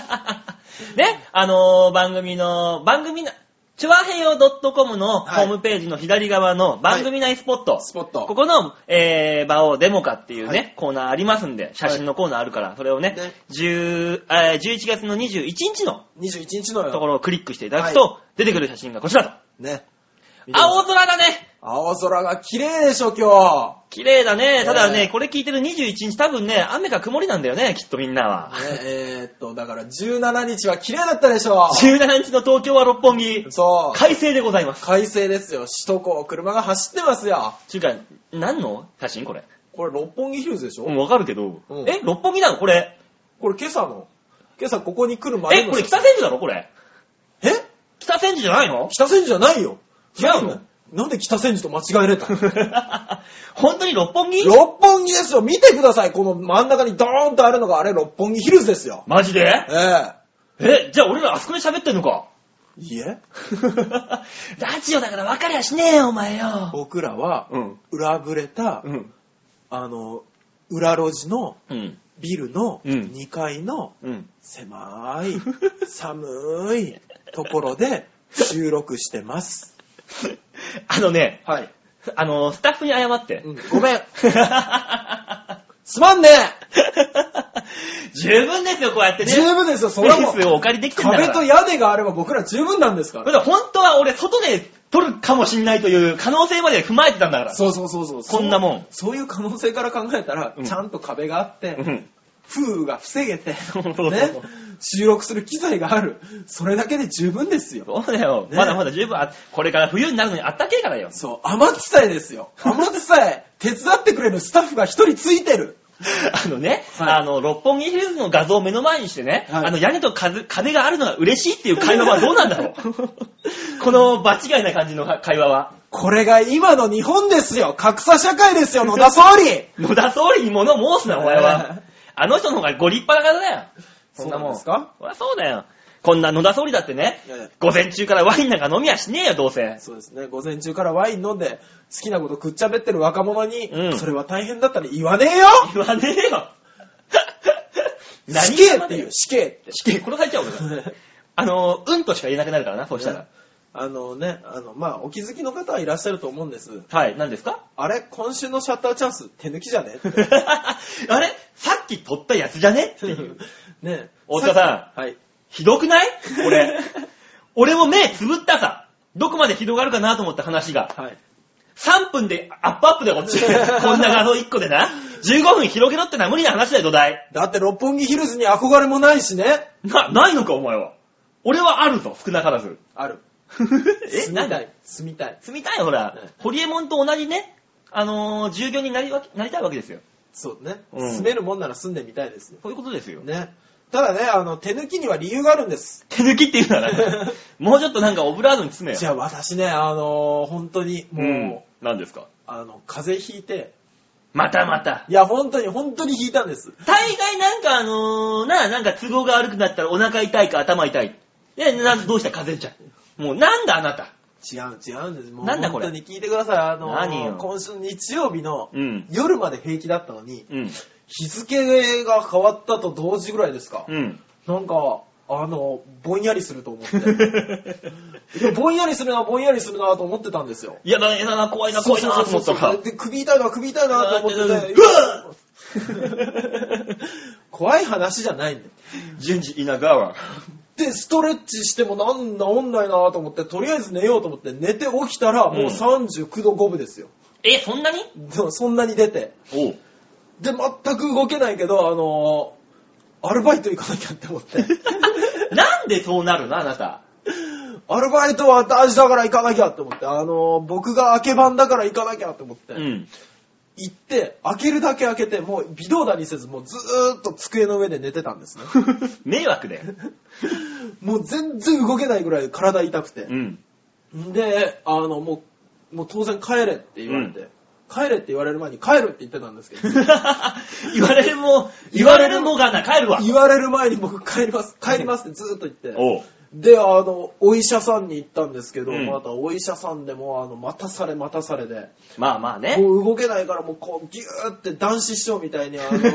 ね、あのー番組の、番組な、チュアヘヨ .com のホはいームページの左側の番組内スポット。スポット。ここの、えー、馬王デモカっていうね、はいコーナーありますんで、写真のコーナーあるから、それをね、ね10えー11月の21日の21日のよ。ところをクリックしていただくと、出てくる写真がこちらと。ね。青空だね青空が綺麗でしょ、今綺麗だね。ただね、えーこれ聞いてる21日多分ね、雨か曇りなんだよね、きっとみんなは。日。ね、えーっと、だから17日は綺麗だったでし ょ。 17日の東京は六本木、そう。快晴でございます。快晴ですよ。首都高、車が走ってますよ。ちゅうか、何の写真これ。これ六本木ヒルズでしょ、うん、わかるけど。うんえ、六本木なのこれ。これ今朝の。今朝ここに来る前え、のこれ写北真。千住だろこれ。え 北千住じゃないの北千住じゃないよ。違うのなんで北千住と間違えれた 本当に六本木 六本木ですよ。見てください。この真ん中にドーンとあるのがあれ六本木ヒルズですよ。マジでえええ、じゃあ俺らあそこで喋ってんの かいいえ、ラジオだから分かりゃしねえよ、お前よ。僕らはうん。裏ぶれた、うん。あの、裏路地のうん。ビルのうん2階のうん。 狭い、寒いところで収録してます。あのね、はい。あの、スタッフに謝って。 うんごめん。すまんね十分ですよ、こうやってね。十分ですよ、それはもスペースう。をお借りできてんだから。壁と屋根があれば僕ら十分なんですかこら。れ本当は俺、外で撮るかもしんないという可能性まで踏まえてたんだから。そうそうそうそう。こんなもん。そういう可能性から考えたら、うんちゃんと壁があって、うん。風雨が防げて、ねそうそうそう、収録する機材がある。それだけで十分ですよ。そうだよ。ねまだまだ十分あ、これから冬になるのにあったけえから よ。そう、天地さえですよ。天地さえ、手伝ってくれるスタッフが一人ついてる。あのね、はいあの、六本木ヒルズの画像を目の前にしてね、はいあの、屋根と風壁があるのが嬉しいっていう会話はどうなんだ ろう。この場違いな感じの会話は。これが今の日本ですよ。格差社会ですよ、野田総理。野田総理に物申すな、お前は。あの人の方がご立派な方だよ。そんなもん。そうなんですかそりゃそうだよ。こんな野田総理だってね いやいや、午前中からワインなんか飲みやしねえよ、どうせ。そうですね、午前中からワイン飲んで、好きなことくっちゃべってる若者に、うんそれは大変だったら言わねえよ言わねえよ。死刑ってだいうよ、死刑って。 死刑殺されちゃう俺が。あの、うんとしか言えなくなるからな、そうしたら。あのね、あの、まあ、お気づきの方はいらっしゃると思うんです。はい、何ですか あれ今週のシャッターチャンス、手抜きじゃねってあれさっき撮ったやつじゃねっていいうう。。ね大塚さん。はい。ひどくない俺。俺も目つぶったさ。どこまで広がるかなと思った話が。 はい。 3分でアップアップでこっ ち。こんな画像1個でな。15分広げろってのは無理な話だよ、土台。だって六本木ヒルズに憧れもないしね。な、ないのか、お前は。俺はあるぞ、少なから ず。ある。え、住なんみただい。住みたい。住みたい、ほらうん。ホリエモンと同じね、あのー従業になりわけなりたいわけですよ。そうね。うん住めるもんなら住んでみたいですよ。そういうことですよ。ね。ただね、あの、手抜きには理由があるんです。手抜きっていうな ら、もうちょっとなんかオブラートに詰めよじ。ゃあ私ね、あのー本当に、もう、うん。何ですかあの、風邪ひいて、またまた。いや、本当に、本当にひいたんです。大概なんかあのーな、なんか都合が悪くなったらお腹痛いか頭痛い。え、な、どうした風邪ちゃん。もうなんだあなた。違う、違うんです。もう、なんだこれ本当に聞いてください。あのー何よ今週の日曜日のうん。夜まで平気だったのに、うん。日付が変わったと同時ぐらいですか。うん。 なんか、あの、ぼんやりすると思って。 いやぼんやりするな、ぼんやりするなと思ってたんですよ。嫌だ、嫌だな、怖いな、怖いな、と思ったから。で、首痛いな、首痛いなと思ってて。うわ 怖い話じゃないんだよ。 順次、稲川。で、ストレッチしてもなん治んないなと思って、とりあえず寝ようと思って、寝て起きたら、もう39度5分ですよ。え、そんなにでもそんなに出て。おう。で、全く動けないけど、あのーアルバイト行かなきゃって思 って。なんでそうなるのあなた。アルバイトは大事だから行かなきゃって思って、あのー僕が明け番だから行かなきゃって思って、うん。行って、開けるだけ開けて、もう微動だにせず、もうずーっと机の上で寝てた んですね。 迷惑だよ。もう全然動けないぐらい体痛くて。うん。で、あの、もう、もう当然帰れって言われて、う帰れって言われる前に帰るって言ってたんです けど、 言われるも、言われるもがな、帰るわ。言われる前に僕帰り ます、帰りますってずーっと言って、おう。で、あの、お医者さんに行ったんですけど、うんまたお医者さんでも、あの、待たされ待たされで、まあまあね。もう動けないからもうこうギューって男子師匠みたいにあ の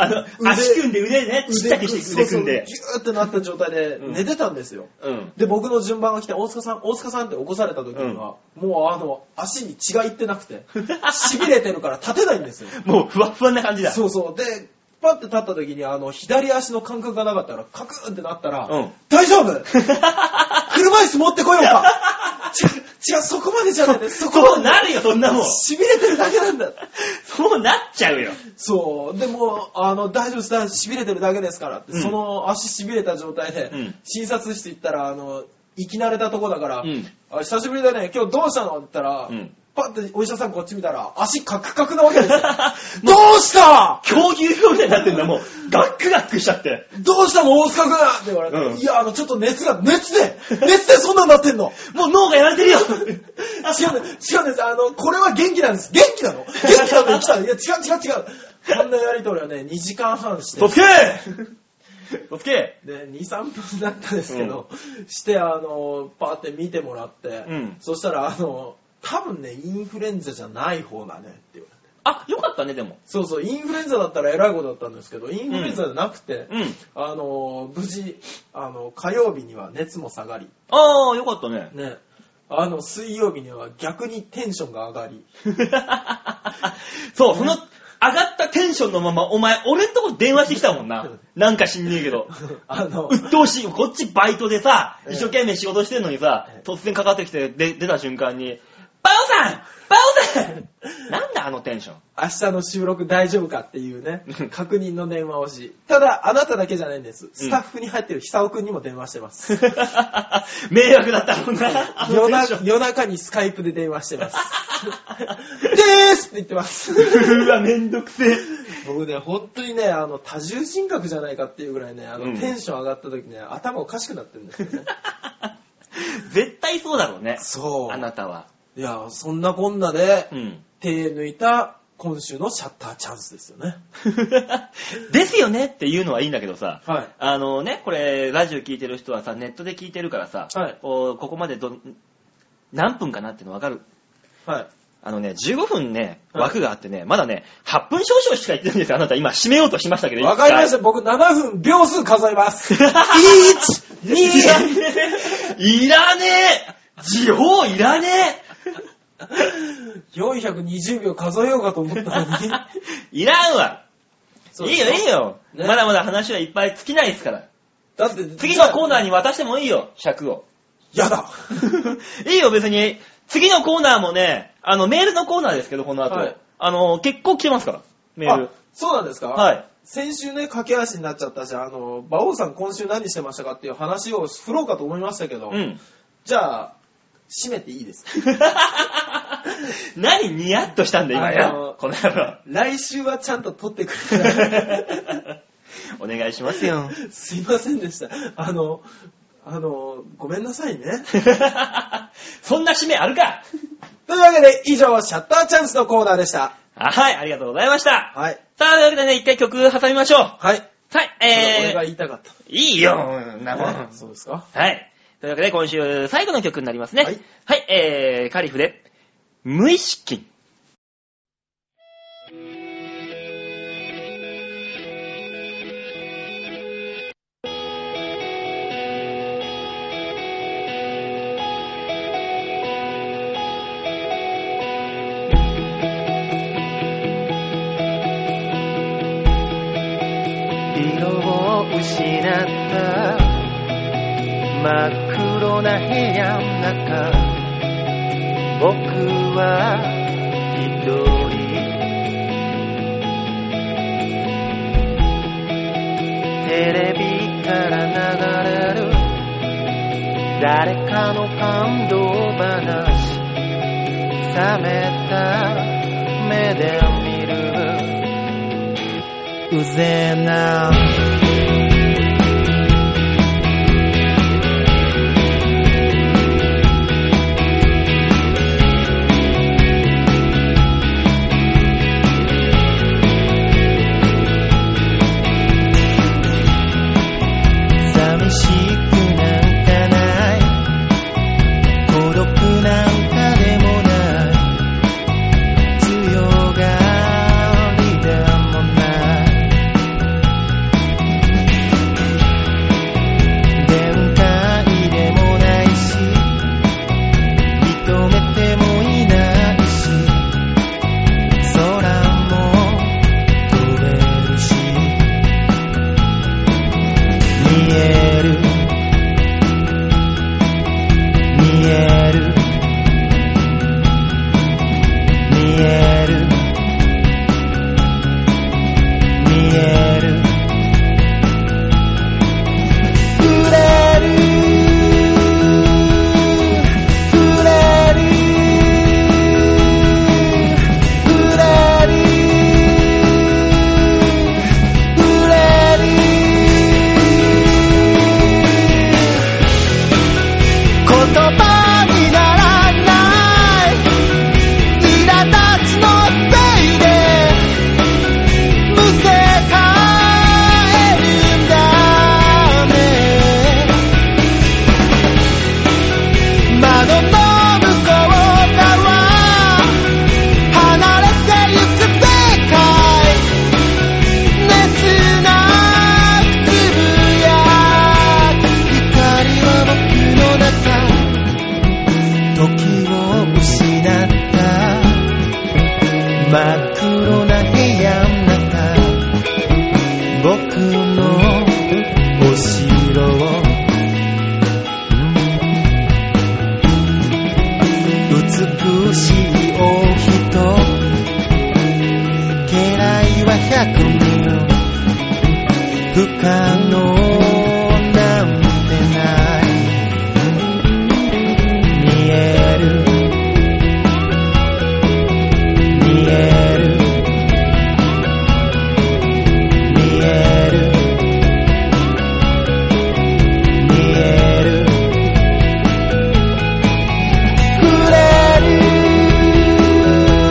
あの、足組んで腕ね、ちっちゃくして腕組んでそう。そうギューってなった状態でうん寝てたんですよ、うん。で僕の順番が来て大塚さん大塚さんって起こされた時には、もうあの足に血がいってなくて しびれてるから立てないんですよもうふわっふわな感じだ。そうそうでパッて立った時にあの左足の感覚がなかったからカクーンってなったら、うん大丈夫 車椅子持ってこようか 違う違うそこまでじゃないそこまそうでなるよ、そんなもん。しびれてるだけなんだそうなっちゃうよ。そう、でも、あの、大丈夫です、大丈夫です、痺れてるだけですからって、うんその足痺れた状態でうん、診察室行ったら、あの、行き慣れたとこだから、うんあ久しぶりだね、今日どうしたのって言ったら、うんパッてお医者さんこっち見たら、足カクカクなわ けですよ。どうした狂牛病みたいになってんだ、もう。ガックガックしちゃって。どうしたの大塚君って言われて、うんいや、あの、ちょっと熱が、熱で熱でそんなんなってんのもう脳がやられてるよ。あ違 うんです、違うんです。あの、これは元気なんです。元気なの元気なのに来たのいや、違う違う違う。こんなやりとりはね、2時間 半して。とつけとつけで23分だったんですけど、してあのパーって見てもらって、んそしたらあの多分ねインフルエンザじゃない方だねって言われてあ、よかったね、でも。そうそうインフルエンザだったらえらいことだったんですけどインフルエンザじゃなくて、うん。あの無事あの火曜日には熱も下がりああ、よかったね。ねあの水曜日には逆にテンションが上がり そう、その、上がったテンションのまま、お前、俺んとこ電話してきたもんな。なんか知んねえけど。あの鬱陶しいよ。こっちバイトでさ、ええ一生懸命仕事してんのにさええ、突然かかってきて、で出た瞬間に、バオさんバオさん なんだあのテンション。明日の収録大丈夫かっていうね、確認の電話をし、ただ、あなただけじゃないんです。スタッフに入ってる久尾くんにも電話してます。迷惑だったろうな。あの夜テンなション夜中にスカイプで電話して ます。でーすって言ってま す。うわ、めんどくせえ。僕ね、本当にね、あの、多重人格じゃないかっていうぐらいね、あの、うんテンション上がった時ね、頭おかしくなってるんですよね。絶対そうだろうね。 そあなたは。う。いや、そんなこんなでう、ん。手抜いた今週のシャッターチャンスですよね。 ですよねっていうのはいいんだけどさ、はいあのね、これ、ラジオ聞いてる人はさ、ネットで聞いてるからさ、はいこうここまでどん、何分かなっていうの分かる。はい。あのね、15分ね、はい枠があってね、まだね、8分少々しか言ってないんですよ。あなた今、締めようとしましたけど。。わかりましたた。僕7分秒数数えます。1、2、いらねえ時報いらね420秒数えようかと思ったの に。え いらんわいいよいいよ。よ、ねまだまだ話はいっぱい尽きないですから。だって、次のコーナーに渡してもいいよ、尺を。やだいいよ、別に。次のコーナーもね、あの、メールのコーナーですけど、この後。はいあの、結構来てますから、メールあ。そうなんですかはい。先週ね、駆け足になっちゃったし、あの、馬王さん今週何してましたかっていう話を振ろうかと思いましたけど、うん。 じゃあ、締めていいですか何ニヤッとしたんだ、今あのよ。この野郎。 来週はちゃんと撮ってくれる お願いしますよ。 すいませんでした。あの、あの、ごめんなさいね。そんな締めあるかというわけで、以上、シャッターチャンスのコーナーでした。はい、ありがとうございました。はい。さあ、というわけでね、一回曲挟みましょう。ははい。い、え俺が言いたかった。ー、いいよ、んなもん。そうですかはい。というわけで、今週最後の曲になりますね。ははいい。えー、カリフで、無意識。色を失った真っ黒な部屋の中僕は一人テレビから流れる誰かの感動話冷めた目で見るうぜえな寂しくなんかない孤独なんかでもない強がりでもない限界でもないし認めてもいないし空も飛べるし見える見える見える見える触れる触れる触れる触れる言葉にならない苛立ちのせいで無生活るんだね窓の向こう側離れてゆく世界熱なくつぶやく光は僕の中時を失った真っ黒な部屋の中僕のお城を美しいお人家来は百人不可能なんてない見える見える見える見える見える触れる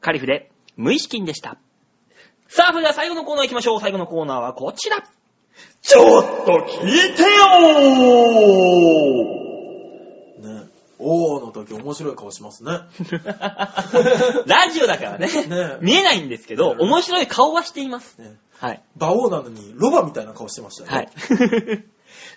カリフで無意識にでした。さあ、それでは最後のコーナー行きましょう。最後のコーナーはこちら。ちょっと聞いてよね。おーの時面白い顔しま すね。ーラジオだからねね見えないんですけど、面白い顔はしています。ねはい。馬王なのにロバみたいな顔してましたよ ね。はい。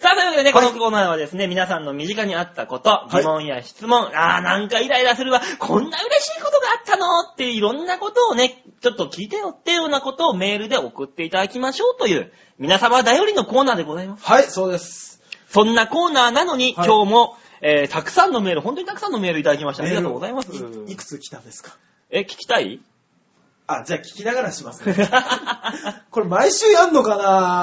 さあ、というわけでね、このコーナーはですね、皆さんの身近にあったこと、い疑問や質問、あーなんかイライラするわ、こんな嬉しいことがあったのっていろんなことをね、ちょっと聞いてよってようなことをメールで送っていただきましょうという、皆様頼りのコーナーでございます。はい、そうです。そんなコーナーなのに、はい今日も、えー、たくさんのメール、本当にたくさんのメールいただきました。ありがとうございます。いいくつ来たんですかえ、聞きたい あ、じゃあ聞きながらしますね。これ毎週やんのか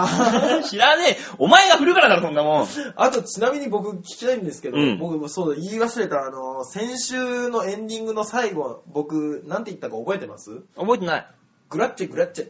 な知らねえ。お前が振るからだろ、そんなもん。あとちなみに僕聞きたいんですけど、うん僕もそうだ、言い忘れた、あの、先週のエンディングの最後、僕、なんて言ったか覚えてます覚えてない。グラッチェグラッチェ。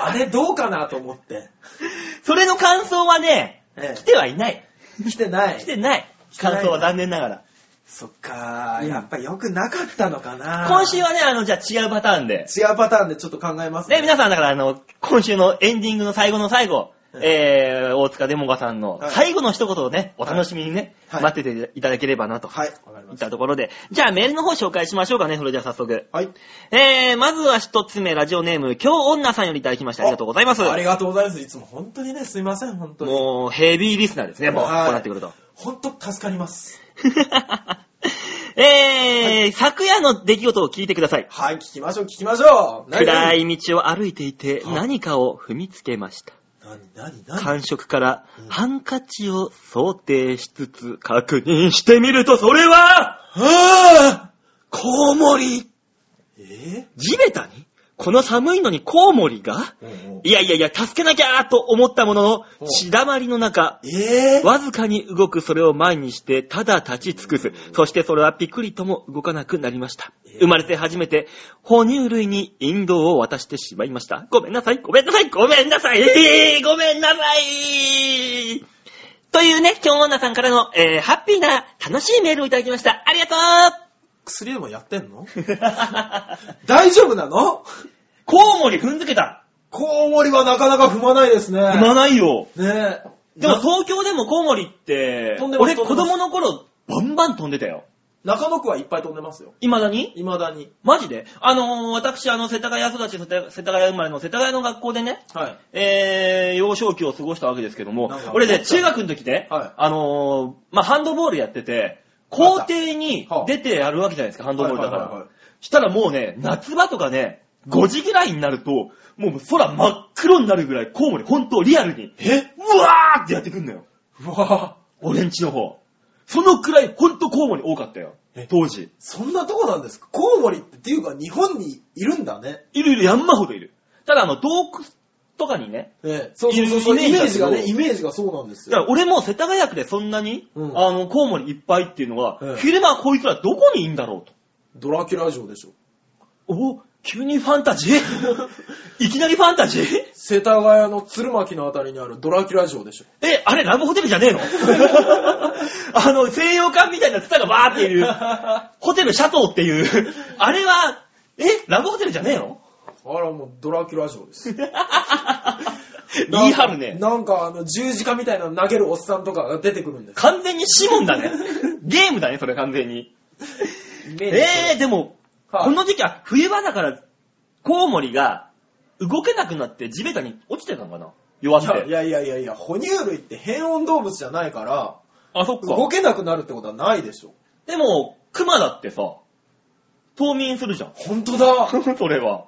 あれどうかなと思って。 それの感想はね、え来てはいない。え、来てない来。てない。来てない感想は残念ながら。そっかー、やっぱ良くなかったのかな今週はね、あの、じゃあ違うパターンで。違うパターンでちょっと考えますで、皆さん、だから、あの、今週のエンディングの最後の最後、うんえー、大塚デモガさんのはい最後の一言をね、お楽しみにね、はい待ってていただければなと。はい、わかりいまっした。たところで。じゃあメールの方紹介しましょうかね。それじゃあ早速。はい。えー、まずは一つ目、ラジオネーム、今日女さんよりいただきました。ありがとうございます。ありがとうございます。いつも本当にね、すいません、本当に。もう、ヘビーリスナーですね、もう、こうはいなってくると。本当助かります。 えー、昨夜の出来事を聞いてください。はい、聞きましょう、聞きましょう。暗い。い道を歩いていて、はい何かを踏みつけました。何、何、何感触からうんハンカチを想定しつつ確認してみると、それは、あコウモリーえ地べたにこの寒いのにコウモリがぇ、ー、いやいやいや、助けなきゃーと思ったものうの、ん血だまりの中、えぇ、わずかに動くそれを前にして、ただ立ち尽くす。そしてそれはピクリとも動かなくなりました。生まれて初めて、哺乳類に引導を渡してしまいました。ごめんなさい、ごめんなさい、ごめんなさい、えー ごめんなさいというね、今日女さんからの、えーハッピーな楽しいメールをいただきました。ありが薬でもやってん のと う大丈夫なのコウモリ踏んづけたコウモリはなかなか踏まないですね。踏まないよねえ。でも東京でもコウモリって、飛んでます俺子飛んでます供の頃、バンバン飛んでたよ。な中野区はいっぱい飛んでますよ。未だに未だに。マジであのー私、あの、世田谷育ち、世田世田谷生まれの世田谷の学校でね、はい。えー、幼少期を過ごしたわけですけどもなんか、俺ね、中学の時ね、はいあのーまあ、ハンドボールやってて、校庭にはあ出てやるわけじゃないですか、ハンドボールだかはいはいはいらはい。したらもうね、夏場とかね、5時ぐらいになると、もう空真っ黒になるぐらい、コウモリ、本当リアルに、えうわーってやってくんのよ。うわぁ。俺んちの方。そのくらい、ほんとコウモリ多かったよえ。当時。そんなとこなんですかコウモリってっていうか日本にいるんだね。いるいる、やんまほどいる。ただ、あの、洞窟とかにね、ええ、そうそうそういるイイメメーージジがだけどね、イメージがそうなんですだかよ。ら俺も世田谷区でそんなに、うんあの、コウモリいっぱいっていうのは、うん昼間はこいつらどこにいんだろうと。ドラキュラ城でしょ。お急にファンタ ジーいきなりファンタジー世田谷の鶴巻のあたりにあるドラキュラ城でしょ。え、あれラブホテルじゃ ねえのあの、西洋館みたいなツタがバーっている、ホテルシャトーっていう、あれは、え、ラブホテルじゃねえ のあらもうドラキュラ 城です。言い張るね。なんかあの十字架みたいなの投げるおっさんとかが出てくるんです。完全にシモンだね。ゲームだね、それ完全に。ええー、でも、はいこの時期は冬場だから、コウモリが動けなくなって地べたに落ちてたのかな弱っいて。やいやいやいや、哺乳類って変温動物じゃないから、あ、そっ動か。けなくなるってことはないでしょ。。でも、クマだってさ、冬眠するじゃん本当だ。 それは。だか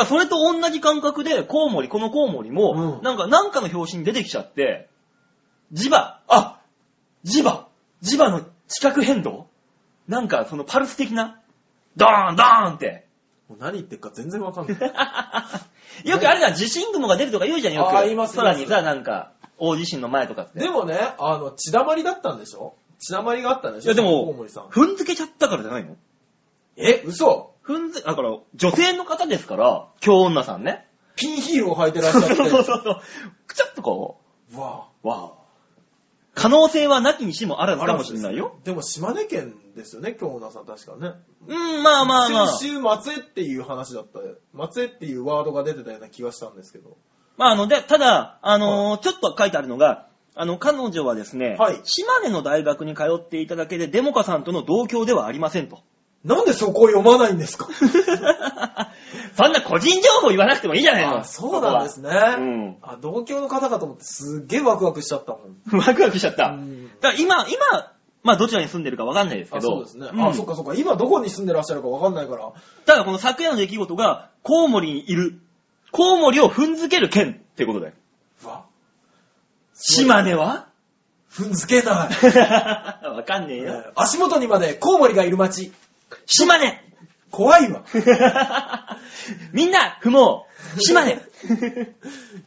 らそれと同じ感覚で、コウモリ、このコウモリも、うんなんか、なんかの表紙に出てきちゃって、磁場、あ磁場磁場の地殻変動なんか、そのパルス的な、ドーン、ドーンって。もう何言ってるか全然わかんない。 よくあれだ、地震雲が出るとか言うじゃん、よあー言いまく。す空にさ、なんか、大地震の前とかって。でもね、あの、血だまりだったんでしょ血だまりがあったんでしょいや、でコウモもリさん、。踏んづけちゃったからじゃないのえ、嘘踏んづけ、だから、女性の方ですから、京女さんね。ピンヒールを履いてらっ しそゃうって。そうそうそう。くちゃっとこわう、わ可能性はなきにしもあらずかもしれないよ。でも島根県ですよね、今日のさん確かね。うん、まあまあまあ。先週、松江っていう話だった、松江っていうワードが出てたような気がしたんですけど。まあ、あの、で、ただ、あのーちょっと書いてあるのが、あの、彼女はですね、はい島根の大学に通っていただけで、デモカさんとの同居ではありませんと。なんでそこを読まない んですかそんな個人情報言わなくてもいいじゃないの。あそうなんですね。うんあ同郷の方かと思ってすっげえワクワクしちゃったもん。そこは。ワクワクしちゃった。うんだから今、今、まあどちらに住んでるかわかんないですけあど、そうですね。んあ、そっかそっか。今どこに住んでらっしゃるかわかんないから。ただこの昨夜の出来事が、コウモリにいる、コウモリを踏んづける剣ってことだよ。うわ、島根は踏んづけない。 わかんねええよ。ー足元にまでコウモリがいる街。島根 怖いわ。みんな、踏もう島 根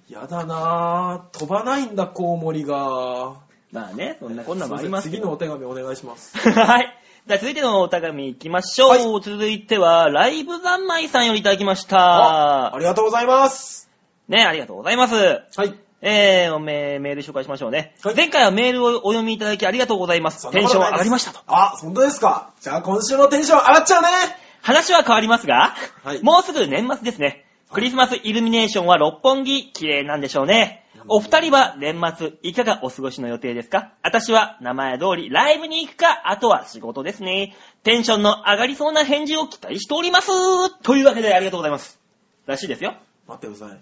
やだなぁ。飛ばないんだ、コウモリが。まあね、そんなこんなもありますすいけません次どのお手紙お願いします。 はい。じゃあ続いてのお手紙行きましょう。は続いては、ライブ三昧さんよりいただきましああた。りがとうございます。ね、ありがとうございます。はい。えー、メメール紹介しましょうね。はい前回はメールをお読みいただきありがとうございます。テンション上がりましたと。。あ、本当ですか。じゃあ今週のテンション上がっちゃうね。話は変わりますが、はいもうすぐ年末ですね。クリスマスイルミネーションは六本木、綺麗なんでしょうね。お二人は年末、いかがお過ごしの予定ですか私は名前通りライブに行くか、あとは仕事ですね。テンションの上がりそうな返事を期待しております。というわけでありがとうございます。らしいですよ。待ってください。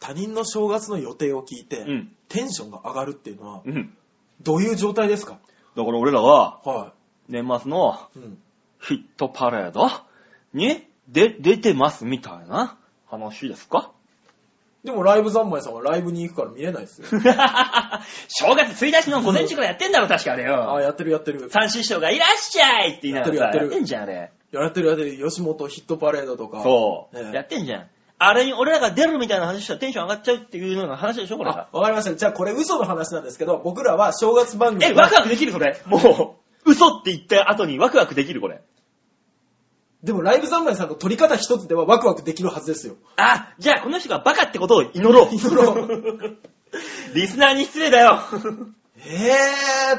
他人の正月の予定を聞いて、うんテンションが上がるっていうのは、うん。どういう状態ですかだから俺らは、は年末のい。うん。ヒットパレードにで出てますみたいな話ですかでもライブ三昧さんはライブに行くから見れない ですよ。正月1日の午前中からやってんだろ、確かあれあ、よ。やってるやってる。三師匠がいらっしゃいって言いながらさやってるややってってるんじゃん、あれ。やってるやってる。吉本ヒットパレードとか。そう。ねやってんじゃん。あれに俺らが出るみたいな話したらテンション上がっちゃうっていうような話でしょ、これあが。わかりました。じゃあこれ嘘の話なんですけど、僕らは正月番組。え、ワクワクできる、それ。もう、嘘って言った後にワクワクできる、これ。でもライブ三昧さんの撮り方一つではワクワクできるはずですよ。あ、じゃあこの人がバカってことを祈ろう。祈ろう。 リスナーに失礼だ よ。え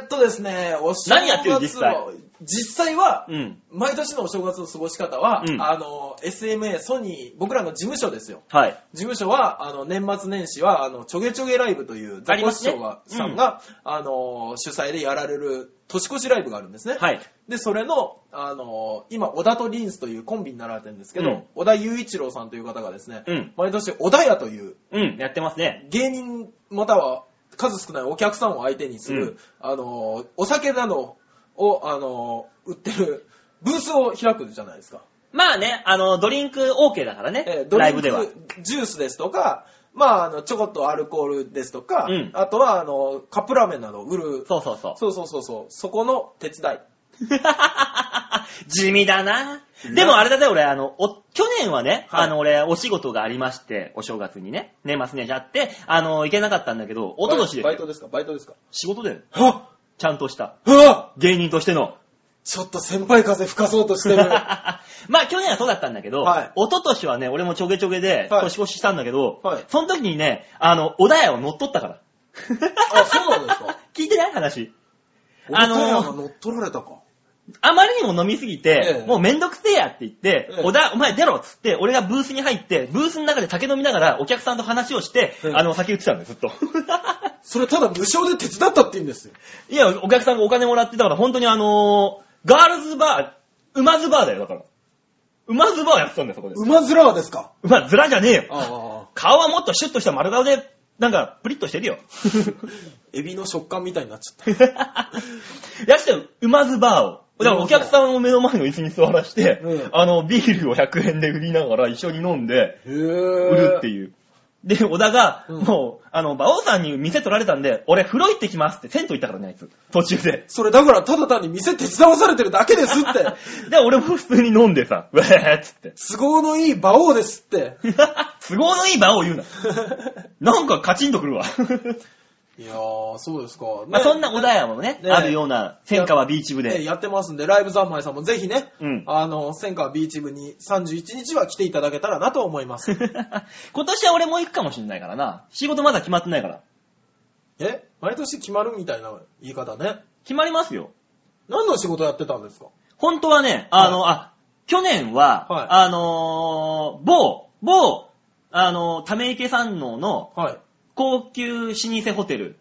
ーっとですね、お正月何やってる実際を実際は、うん。毎年のお正月の過ごし方は、うんあの、SMA、ソニー、僕らの事務所ですよ。はい。事務所は、あの、年末年始は、あの、ちょげちょげライブという、あザりコまシすシねョウが、さんが、あの、主催でやられる年越しライブがあるんですね。はい。で、それの、あの、今、小田とリンスというコンビになられてるんですけど、うん小田雄一郎さんという方がですね、うん毎年小田屋という、うん、やってますね。芸人または数少ないお客さんを相手にする、うんあのお酒などをあの売ってるブースを開くじゃないですか、まあね、あの、ドリンク OK だからね、えードラリインブクでは。ジュースですとか、まあ、あのちょこっとアルコールですとか、うんあとはあのカップラーメンなどを売るそうそうそう。そうそうそうそうそこの手伝い 地味だな。でもあれだぜ、俺、あの、お去年はね、はいあの、俺、お仕事がありまして、お正月にね、年末年始あって、あの、行けなかったんだけど、おととしでバイすトよですかバイトですか仕事で、はっちゃんとした、はっ芸人としての。ちょっと先輩風吹かそうとしてるは まあ、去年はそうだったんだけど、はいおととしはね、俺もちょげちょげで、はい年越ししたんだけど、はいその時にね、あの、小田屋を乗っ取ったから。あそうなんですか聞いてない話。ああののが乗っ取られたかあまりにも飲みすぎて、ええもうめんどくせえやって言って、ええ小田、お前出ろっつって、俺がブースに入って、ブースの中で酒飲みながらお客さんと話をして、ええあの、酒売ってたんだよ、ずっと。 それただ無償で手伝ったって言うんですよいや、お客さんがお金もらってたから、本当にあのーガールズバー、馬ズバーだよ、だから。馬ズバーやってたんだよ、そこで。馬面はですか馬ズラじゃねえよ。ああ。顔はもっとシュッとした丸顔で、なんか、プリッとしてるよ。 エビの食感みたいになっちゃった。やしてよ、馬ズバーを。だからお客さんを目の前の椅子に座らして、うんあの、ビールを100円で売りながら一緒に飲んで、へぇ売るっていう。で、小田が、うんもう、あの、馬王さんに店取られたんで、俺風呂行ってきますって銭湯行ったからね、あいつ。途中で。それだからただ単に店手伝わされてるだけですって。 で、俺も普通に飲んでさ、ウェーっつって。 都合のいい馬王ですって。都合のいい馬王言うな。なんかカチンとくるわ。 いやー、そうですか。まあ、そんな小田屋もね、ねあるような、千川ビーチ部ねで。やってますんで、ライブ三昧さんもぜひね、 うんあの、千川ビーチ部に31日は来ていただけたら なと思います。今年は俺も行くかもしんないからな。仕事まだ決まってないから。え毎年決まるみたいな言い方ね。決まりますよ。何の仕事やってたんですか本当はね、あの、あ、去年は、はいあのー某、某、あのーため池山王のはい。高級老舗ホテル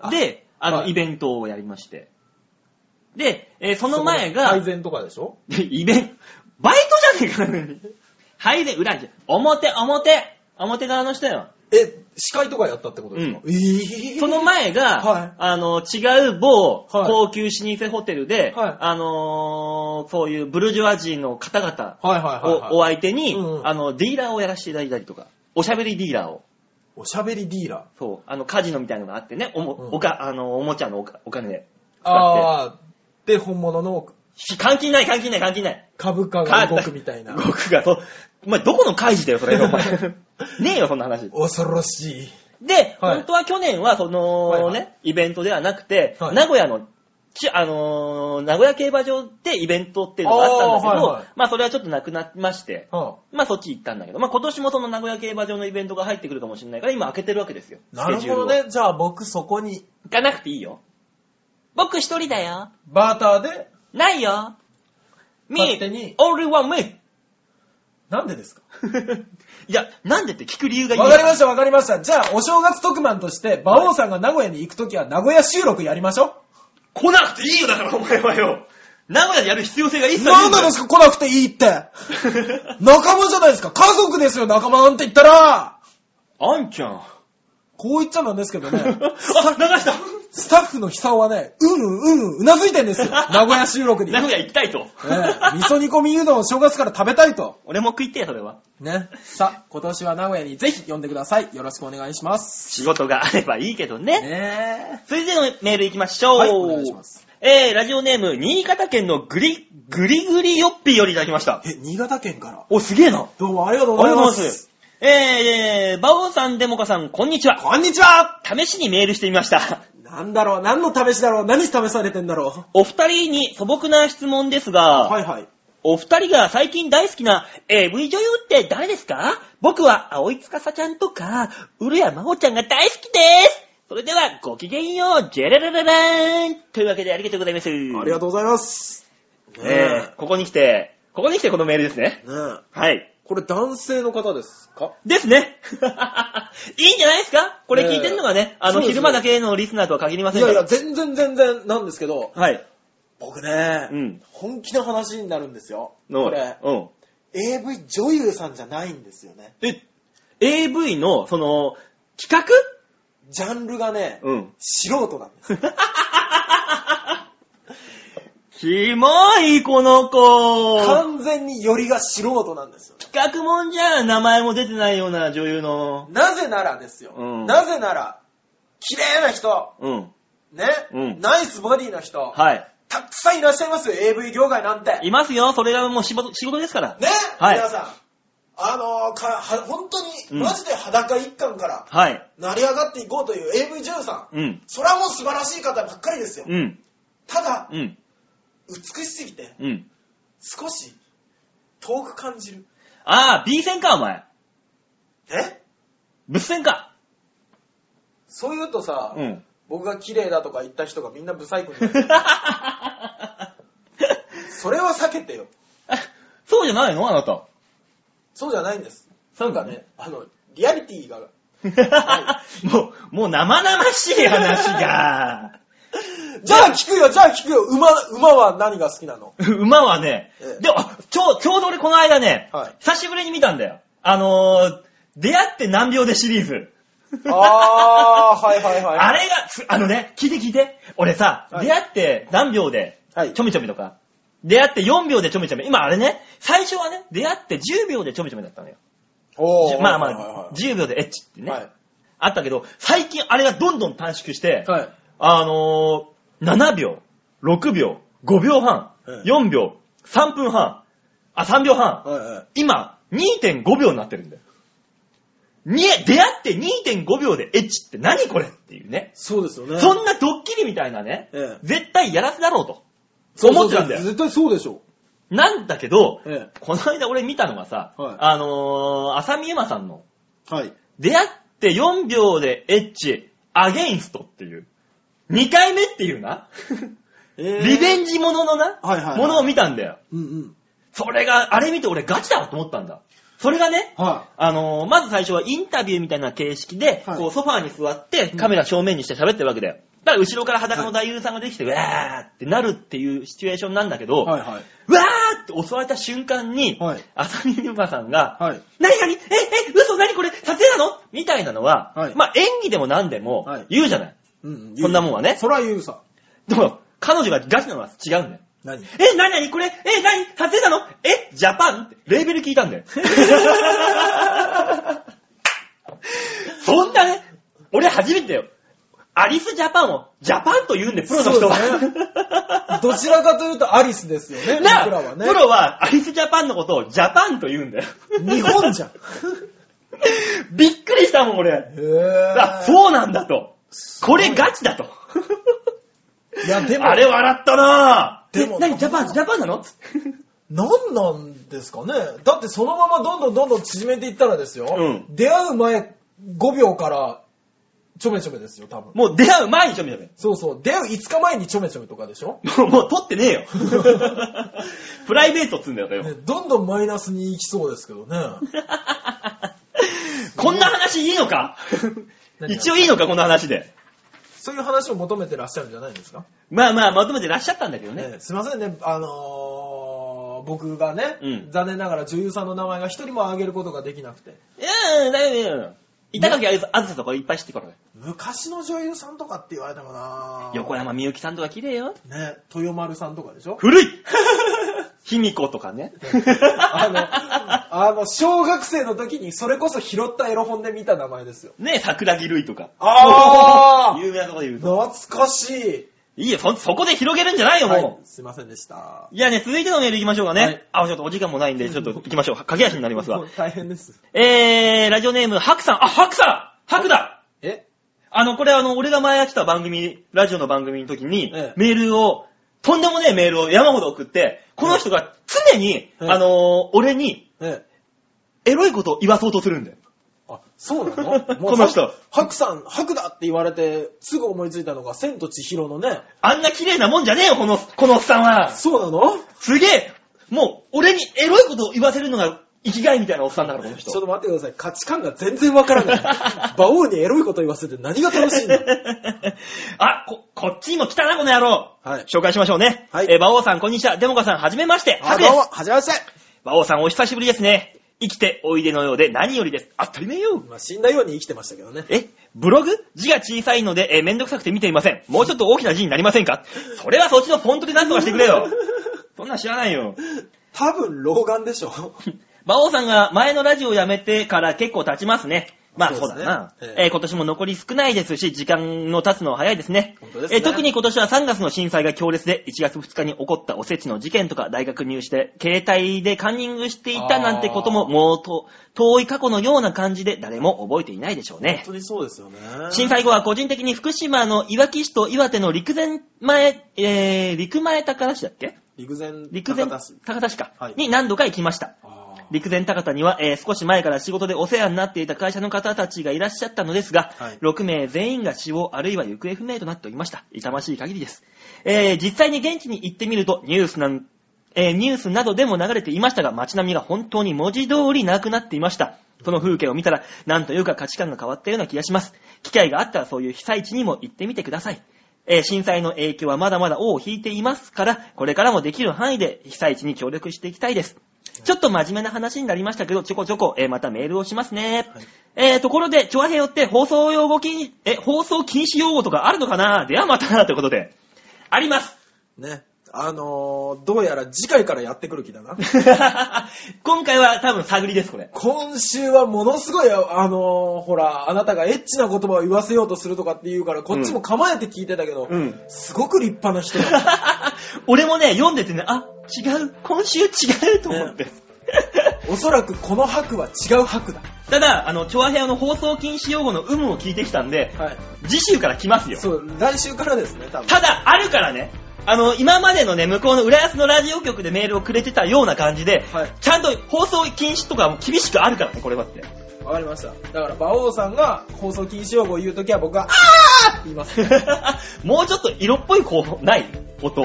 あで、あの、はいイベントをやりまして。で、えーその前そがの、配膳とかでしょで イベント、バイトじゃねえかなのに。はいで、裏に、表、表、表側の人よ。え、司会とかやったってことですか、えーその前が、はいあの、違う某はい高級老舗ホテルで、はいあのーそういうブルジョワジーの方々はいはいはい、はいをお相手に、うんうんあの、ディーラーをやらせていただいたりとか、おしゃべりディーラーを。おしゃべりディーラー。そう、あの、カジノみたいなのがあってね、おも、うんおか、あの、おもちゃのおかお金で使っああ、で、本物のて。関係ない、関係ない、関係ない。株価が動くみたいな。動くが、そう。お前、どこの会議だよ、それ。お 前ねえよ、そんな話。恐ろしい。で、はい本当は去年は、その、はいはいね、イベントではなくて、はい名古屋の、ちあのー名古屋競馬場でイベントっていうのがあったんだけど、あーはいはいまあそれはちょっとなくなりまして、はまあそっち行ったんだけど、まあ今年もその名古屋競馬場のイベントが入ってくるかもしれないから、今開けてるわけですよ。あ、なるスケジューほルどを。ね。じゃあ僕そこに、行かなくていいよ。僕一人だよ。バーターで、ないよ。み勝手に only one me! なんでですかいや、なんでって聞く理由がいい。わかりました、わかりました。じゃあ、お正月特番として、馬王さんが名古屋に行くときは、名古屋収録やりましょ来なくていいよ、だからお前はよ。名古屋でやる必要性が一う。切ないなんでですか、来なくていいって。仲間じゃないですか。家族ですよ、仲間なんて言ったら。 あんちゃん。こう言っちゃなんですけどあ、流ね、 したスタッフの久男はね、うんうんうんうん、うなずいてんです よ。名古屋収録に。名ね古屋行きたいと。え味噌煮込みうどんを正月から食べたいと。 俺も食いてえ、それは。ね。さあ、今年は名古屋にぜひ呼んでください。よろしくお願いします。仕事があればいいけどね。ね続いてのメール行きましょう。はいお願いしますえー、ラジオネーム、新潟県のグリ、グリグリヨッピーよりいただきました。え。え、新潟県から。お、すげえな。ありどうもありがとうがござというございま。ますす。えー、バオさん、デモカさん、こんにちは。こんにちは試しにメールしてみました。なんだろう、何の試しだろう、何試されてんだろお二人に素朴な質問ですが、う。はいはい。お二人が最近大好きな AV 女優って誰ですか僕は青井司ちゃんとか、古谷真帆ちゃんが大好きですそれではごきげんよう、ジェララララーンというわけでありがとうございます。あありがとうございます。ねえーここに来て、ここに来てこのメールですね。え。ねえ。はい。これ男性の方ですかですね。 いいんじゃないですかこれ聞いてんのがね、えーあの、そうです昼よ間だけのリスナーとは限りまいせんかやいら。や、全然全然なんですけど、はい。僕ね、うん本気の話になるんですよ。のこれ、うん。 AV 女優さんじゃないんですよね。え、AV の、その、企ジャンルがね、画うん。素人なんです。 キモい、この子。完全によりが素人なんですよね。企画もんじゃん、名前も出てないような女優の。なぜならですよ。うんなぜなら、綺麗な人、うん。ね、うんナイスボディの人、はい。たくさんいらっしゃいますよ、AV 業界なんて。いますよ、それがもう仕事、仕事ですから。ね、はい皆さん、あのーかは本当うんに、マジで裸一貫から、はい。成り上がっていこうという AV 女優さん、うん。それはもう素晴らしい方ばっかりですよ。うん。ただ、うん。美しすぎて、うん。少し、遠く感じる。ああ、B 線か、お前。え物線か。そう言うとさ、うん。僕が綺麗だとか言った人がみんなブサイクになるそれは避けてよ。 そうじゃないのあなた。そうじゃないんです。そうなんかね、あの、リアリティが、 もう、もう生々しい話が。 じゃあ聞くよ、じゃあ聞くよ、馬、馬は何が好きなの馬はねえ、えでも、あちょう、ちょうど俺この間ね、はい久しぶりに見たんだよ。あのー、出会って何秒でシリーズ。あー、はいはいは い。あれが、つあのね、聞いて聞いて。俺さ、はい出会って何秒ではい、ちょめちょめとか、出会って4秒でちょめちょめ。今あれね、最初はね、出会って10秒でちょめちょめだったのよ。おーまあはいはいまあ、はい10秒でエッチってね、はいあったけど、最近あれがどんどん短縮して、はい。あのー、7秒、6秒、5秒半え、え4秒、3分半、あ、3秒半。はいはい。今、2.5秒になってるんだよ。に、出会って2.5秒でエッチって何これっていうね。そうですよね。そんなドッキリみたいなね、ええ絶対やらせだろうと。そう思ってたんだよそうそう絶対そうでしょ。なんだけど、えこの間俺見たのがさ、はいあのー、浅見エマさんの、え。はい。出会って4秒でエッチ、アゲインストっていう。2回目っていう な。リベジンジもののな、はいはいはいものを見たんだよ。うんうん。それが、あれ見て俺ガチだわと思ったんだ。それがね、はあのーまず最初はインタビューみたいな形式で、はいこうソファーに座ってカメラ正面にして喋ってるわけだよ。だから後ろから裸の大優さんができて、うわーってなるっていうシチュエーションなんだけど、い。はいはい。うわーって襲われた瞬間に、はい浅見ゆまさんが、はい。何何え、え、嘘何これ撮影なのみたいなのは、はいまあ演技でも何でもはい言うじゃない。うんうんそんなもんはねそら言うさ。でも、彼女がガチなのは違うんだよ。何え、なになにこれえ、なに撮影なのえ、ジャパンってレーベル聞いた んだよ。そんなね、俺初めてだよ。アリスジャパンをジャパンと言うんで、プロの人は。そうどちらかというとアリスですよね、僕なあ、らはねプ。ロはアリスジャパンのことをジャパンと言うんだよ。日本じゃん。へ びっくりしたもん、俺。ぇあ、そうなんだと。これガチだと。いや、でも、あれ笑ったなぁ。でもえなにジャパン、ジャパンなの何なんですかねだってそのままどんどんどんどん縮めていったらですよ。うん出会う前5秒からちょめちょめですよ、多分。もう出会う前にちょめちょ め。そうそう。出会う5日前にちょめちょめとかでしょ、もう、もう撮ってねえよ。 プライベートっつうんだよ、それは ね、どんどんマイナスに行きそうですけどね。こんな話いいのか何が一応いいのか、この話で。そういう話を求めてらっしゃるんじゃないんですか、まあまあ、まとめてらっしゃったんだけどね。ね、すいませんね、あのー僕がね、うん残念ながら女優さんの名前が一人も挙げることができなくて。いやー、だよだよ。板垣あずあずさとかいっぱい知ってからね。昔の女優さんとかって言われたかな横山みゆきさんとか綺麗よ。ね、豊丸さんとかでしょ古い 卑弥呼とかね。あの、あの、小学生の時にそれこそ拾ったエロ本で見た名前ですよ。 ね桜木類とか。あー 有名なとこで言うと。懐かしい。いいよ、そ、そこで広げるんじゃないよ、もう。はい、すいませんでした。い、やね、続いてのメール行きましょうかね。はいあ、ちょっとお時間もないんで、ちょっと行きましょう。駆け足になりますもがう。大変です。えー、ラジオネーム、ハクさん。あ、ハクさんハクだえあの、これあの、俺が前やってた番組、ラジオの番組の時に、ええメールを、とんでもねえメールを山ほど送って、この人が常に、ええあのー俺に、えエロいことを言わそうとするんだよ。あ、そうな のこの人ハクハクさん、ハクだって言われて、すぐ思いついたのが、千と千尋のね。あんな綺麗なもんじゃねえよ、この、このおっさんは。そうなのすげえもう、俺にエロいことを言わせるのが生きがいみたいなおっさんだから、このちょっ人。と待ってください。価値観が全然わからない。馬王にエロいこと言わせて何が楽しいんだ あ、こ、こっちにも来たな、この野郎。はい。紹介しましょうね。はいえー、馬王さん、こんにちは。デモカさん、はじめまして。ハクです。はじめまして。馬王さんお久しぶりですね。生きておいでのようで何よりです。当たり前よ。まあ、死んだように生きてましたけどね。えブログ字が小さいので、えーめんどくさくて見ていません。もうちょっと大きな字になりませんかそれはそっちのフォントで何とかしてくれよ。そんなん知らないよ。多分、老眼でしょ。馬王さんが前のラジオを辞めてから結構経ちますね。まあそそううでだすねな。えええー今年も残り少ないですし、時間の経つのは早いですね。本当ですねえー特に今年は3月の震災が強烈で、1月2日に起こったおせちの事件とか、大学入試で携帯でカンニングしていたなんてことあも、ーもうと遠い過去のような感じで誰も覚えていないでしょうね本。当にそうですよね。震災後は個人的に福島のいわき市と岩手の陸前前、えー、陸前高田市だっけ陸前陸前高田市。高田市か、はいに何度か行きました。あー陸前高田には、えー少し前から仕事でお世話になっていた会社の方たちがいらっしゃったのですが、はい6名全員が死亡あるいは行方不明となっておりました。痛ましい限りです。えー実際に現地に行ってみるとニュースなん、えーニュースなどでも流れていましたが、街並みが本当に文字通りなくなっていました。その風景を見たら、なんというか価値観が変わったような気がします。機会があったらそういう被災地にも行ってみてください。えー震災の影響はまだまだ尾を引いていますから、これからもできる範囲で被災地に協力していきたいです。ちょっと真面目な話になりましたけど、ちょこちょこ、えーまたメールをしますね。はいえー、ところで、チョアヘヨって放送用語禁、え、放送禁止用語とかあるのかなではまたな、ということで。あります。 ね。あのー、どうやら次回からやってくる気だな。 今回は多分探りです、これ。 今週はものすごい、あのー、ほら、あなたがエッチな言葉を言わせようとするとかって言うから、こっちも構えて聞いてたけど、うんすごく立派な人だ 俺もね、読んでてね、あ、違う、今週違うと思って。おそらくこの白は違う白だ。ただ、あの、チョアヘヨの放送禁止用語の有無を聞いてきたんで、はい。次週から来ますよ。そう、来週からですね、多分。ただ、あるからね、あの、今までのね、向こうの浦安のラジオ局でメールをくれてたような感じで、はいちゃんと放送禁止とかも厳しくあるからね、これはって。わかりました。だから、馬王さんが放送禁止用語を言うときは僕が、あーって言います。もうちょっと色っぽい、こう、ない音。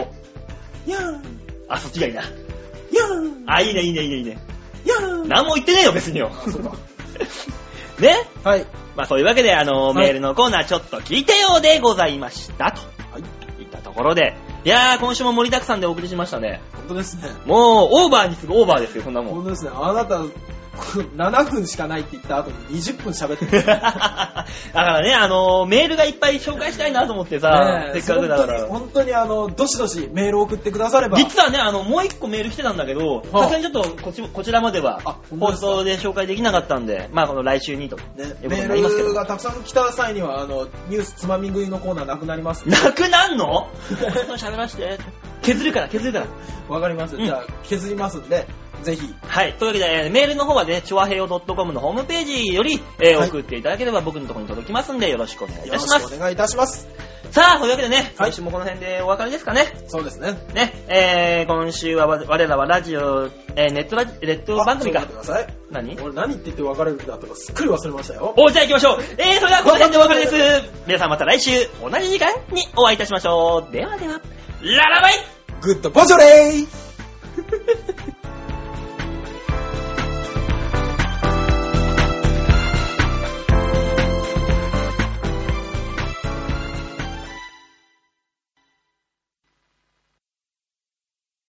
やーあ、そっちがいいな。やーあ、いいね、いいね、いいね、いいね。や ー何も言ってねえよ、別によ。あ、そうか。ねはい。まあそういうわけで、あの、いメールのコーナーちょっと聞いてようでございました、と。い。ったところで、いやー、今週も盛りだくさんでお送りしましたね。本当ですね。もう、オーバーにするオーバーですよ、こんなもん。本当ですね。あなた、こ7分しかないって言った後に20分喋って だる。からね、あの、メールがいっぱい紹介したいなと思ってさ、ねえせっかくだか本当にら。本当にあの、どしどしメールを送ってくだされば。実はね、あの、もう一個メール来てたんだけど、はあさすがにちょっとこっち、こちらまではあ、本当放ですか送で紹介できなかったんで、まあ、この来週にと、ねいうことメになりますけールど。がたくさん来た際には、あの、ニュースつまみ食いのコーナーなくなりますんで。なくなん の喋らして。削るから、削るから。わかります。うんじゃあ、削りますんで、ぜひ。はい。というわけで、えーメールの方はね、チョアヘヨ .com のホームページより、えーはい送っていただければ僕のところに届きますんで、よろしくお願いいよたろししまくす。お願いいたします。さあ、というわけでね、はい今週もこの辺でお別れですかね。そうですね。ね、えー、今週はわ我らはラジオ、えーネットラジ、ネット番組あかち。ょっと待ってください。何俺何言って言って別れる気だったかすっかり忘れましたよ。おじゃあ行きましょうえー、それではこの辺でお別れです皆さんまた来週、同じ時間にお会いいたしましょうではでは、ララバイグッドボジョレー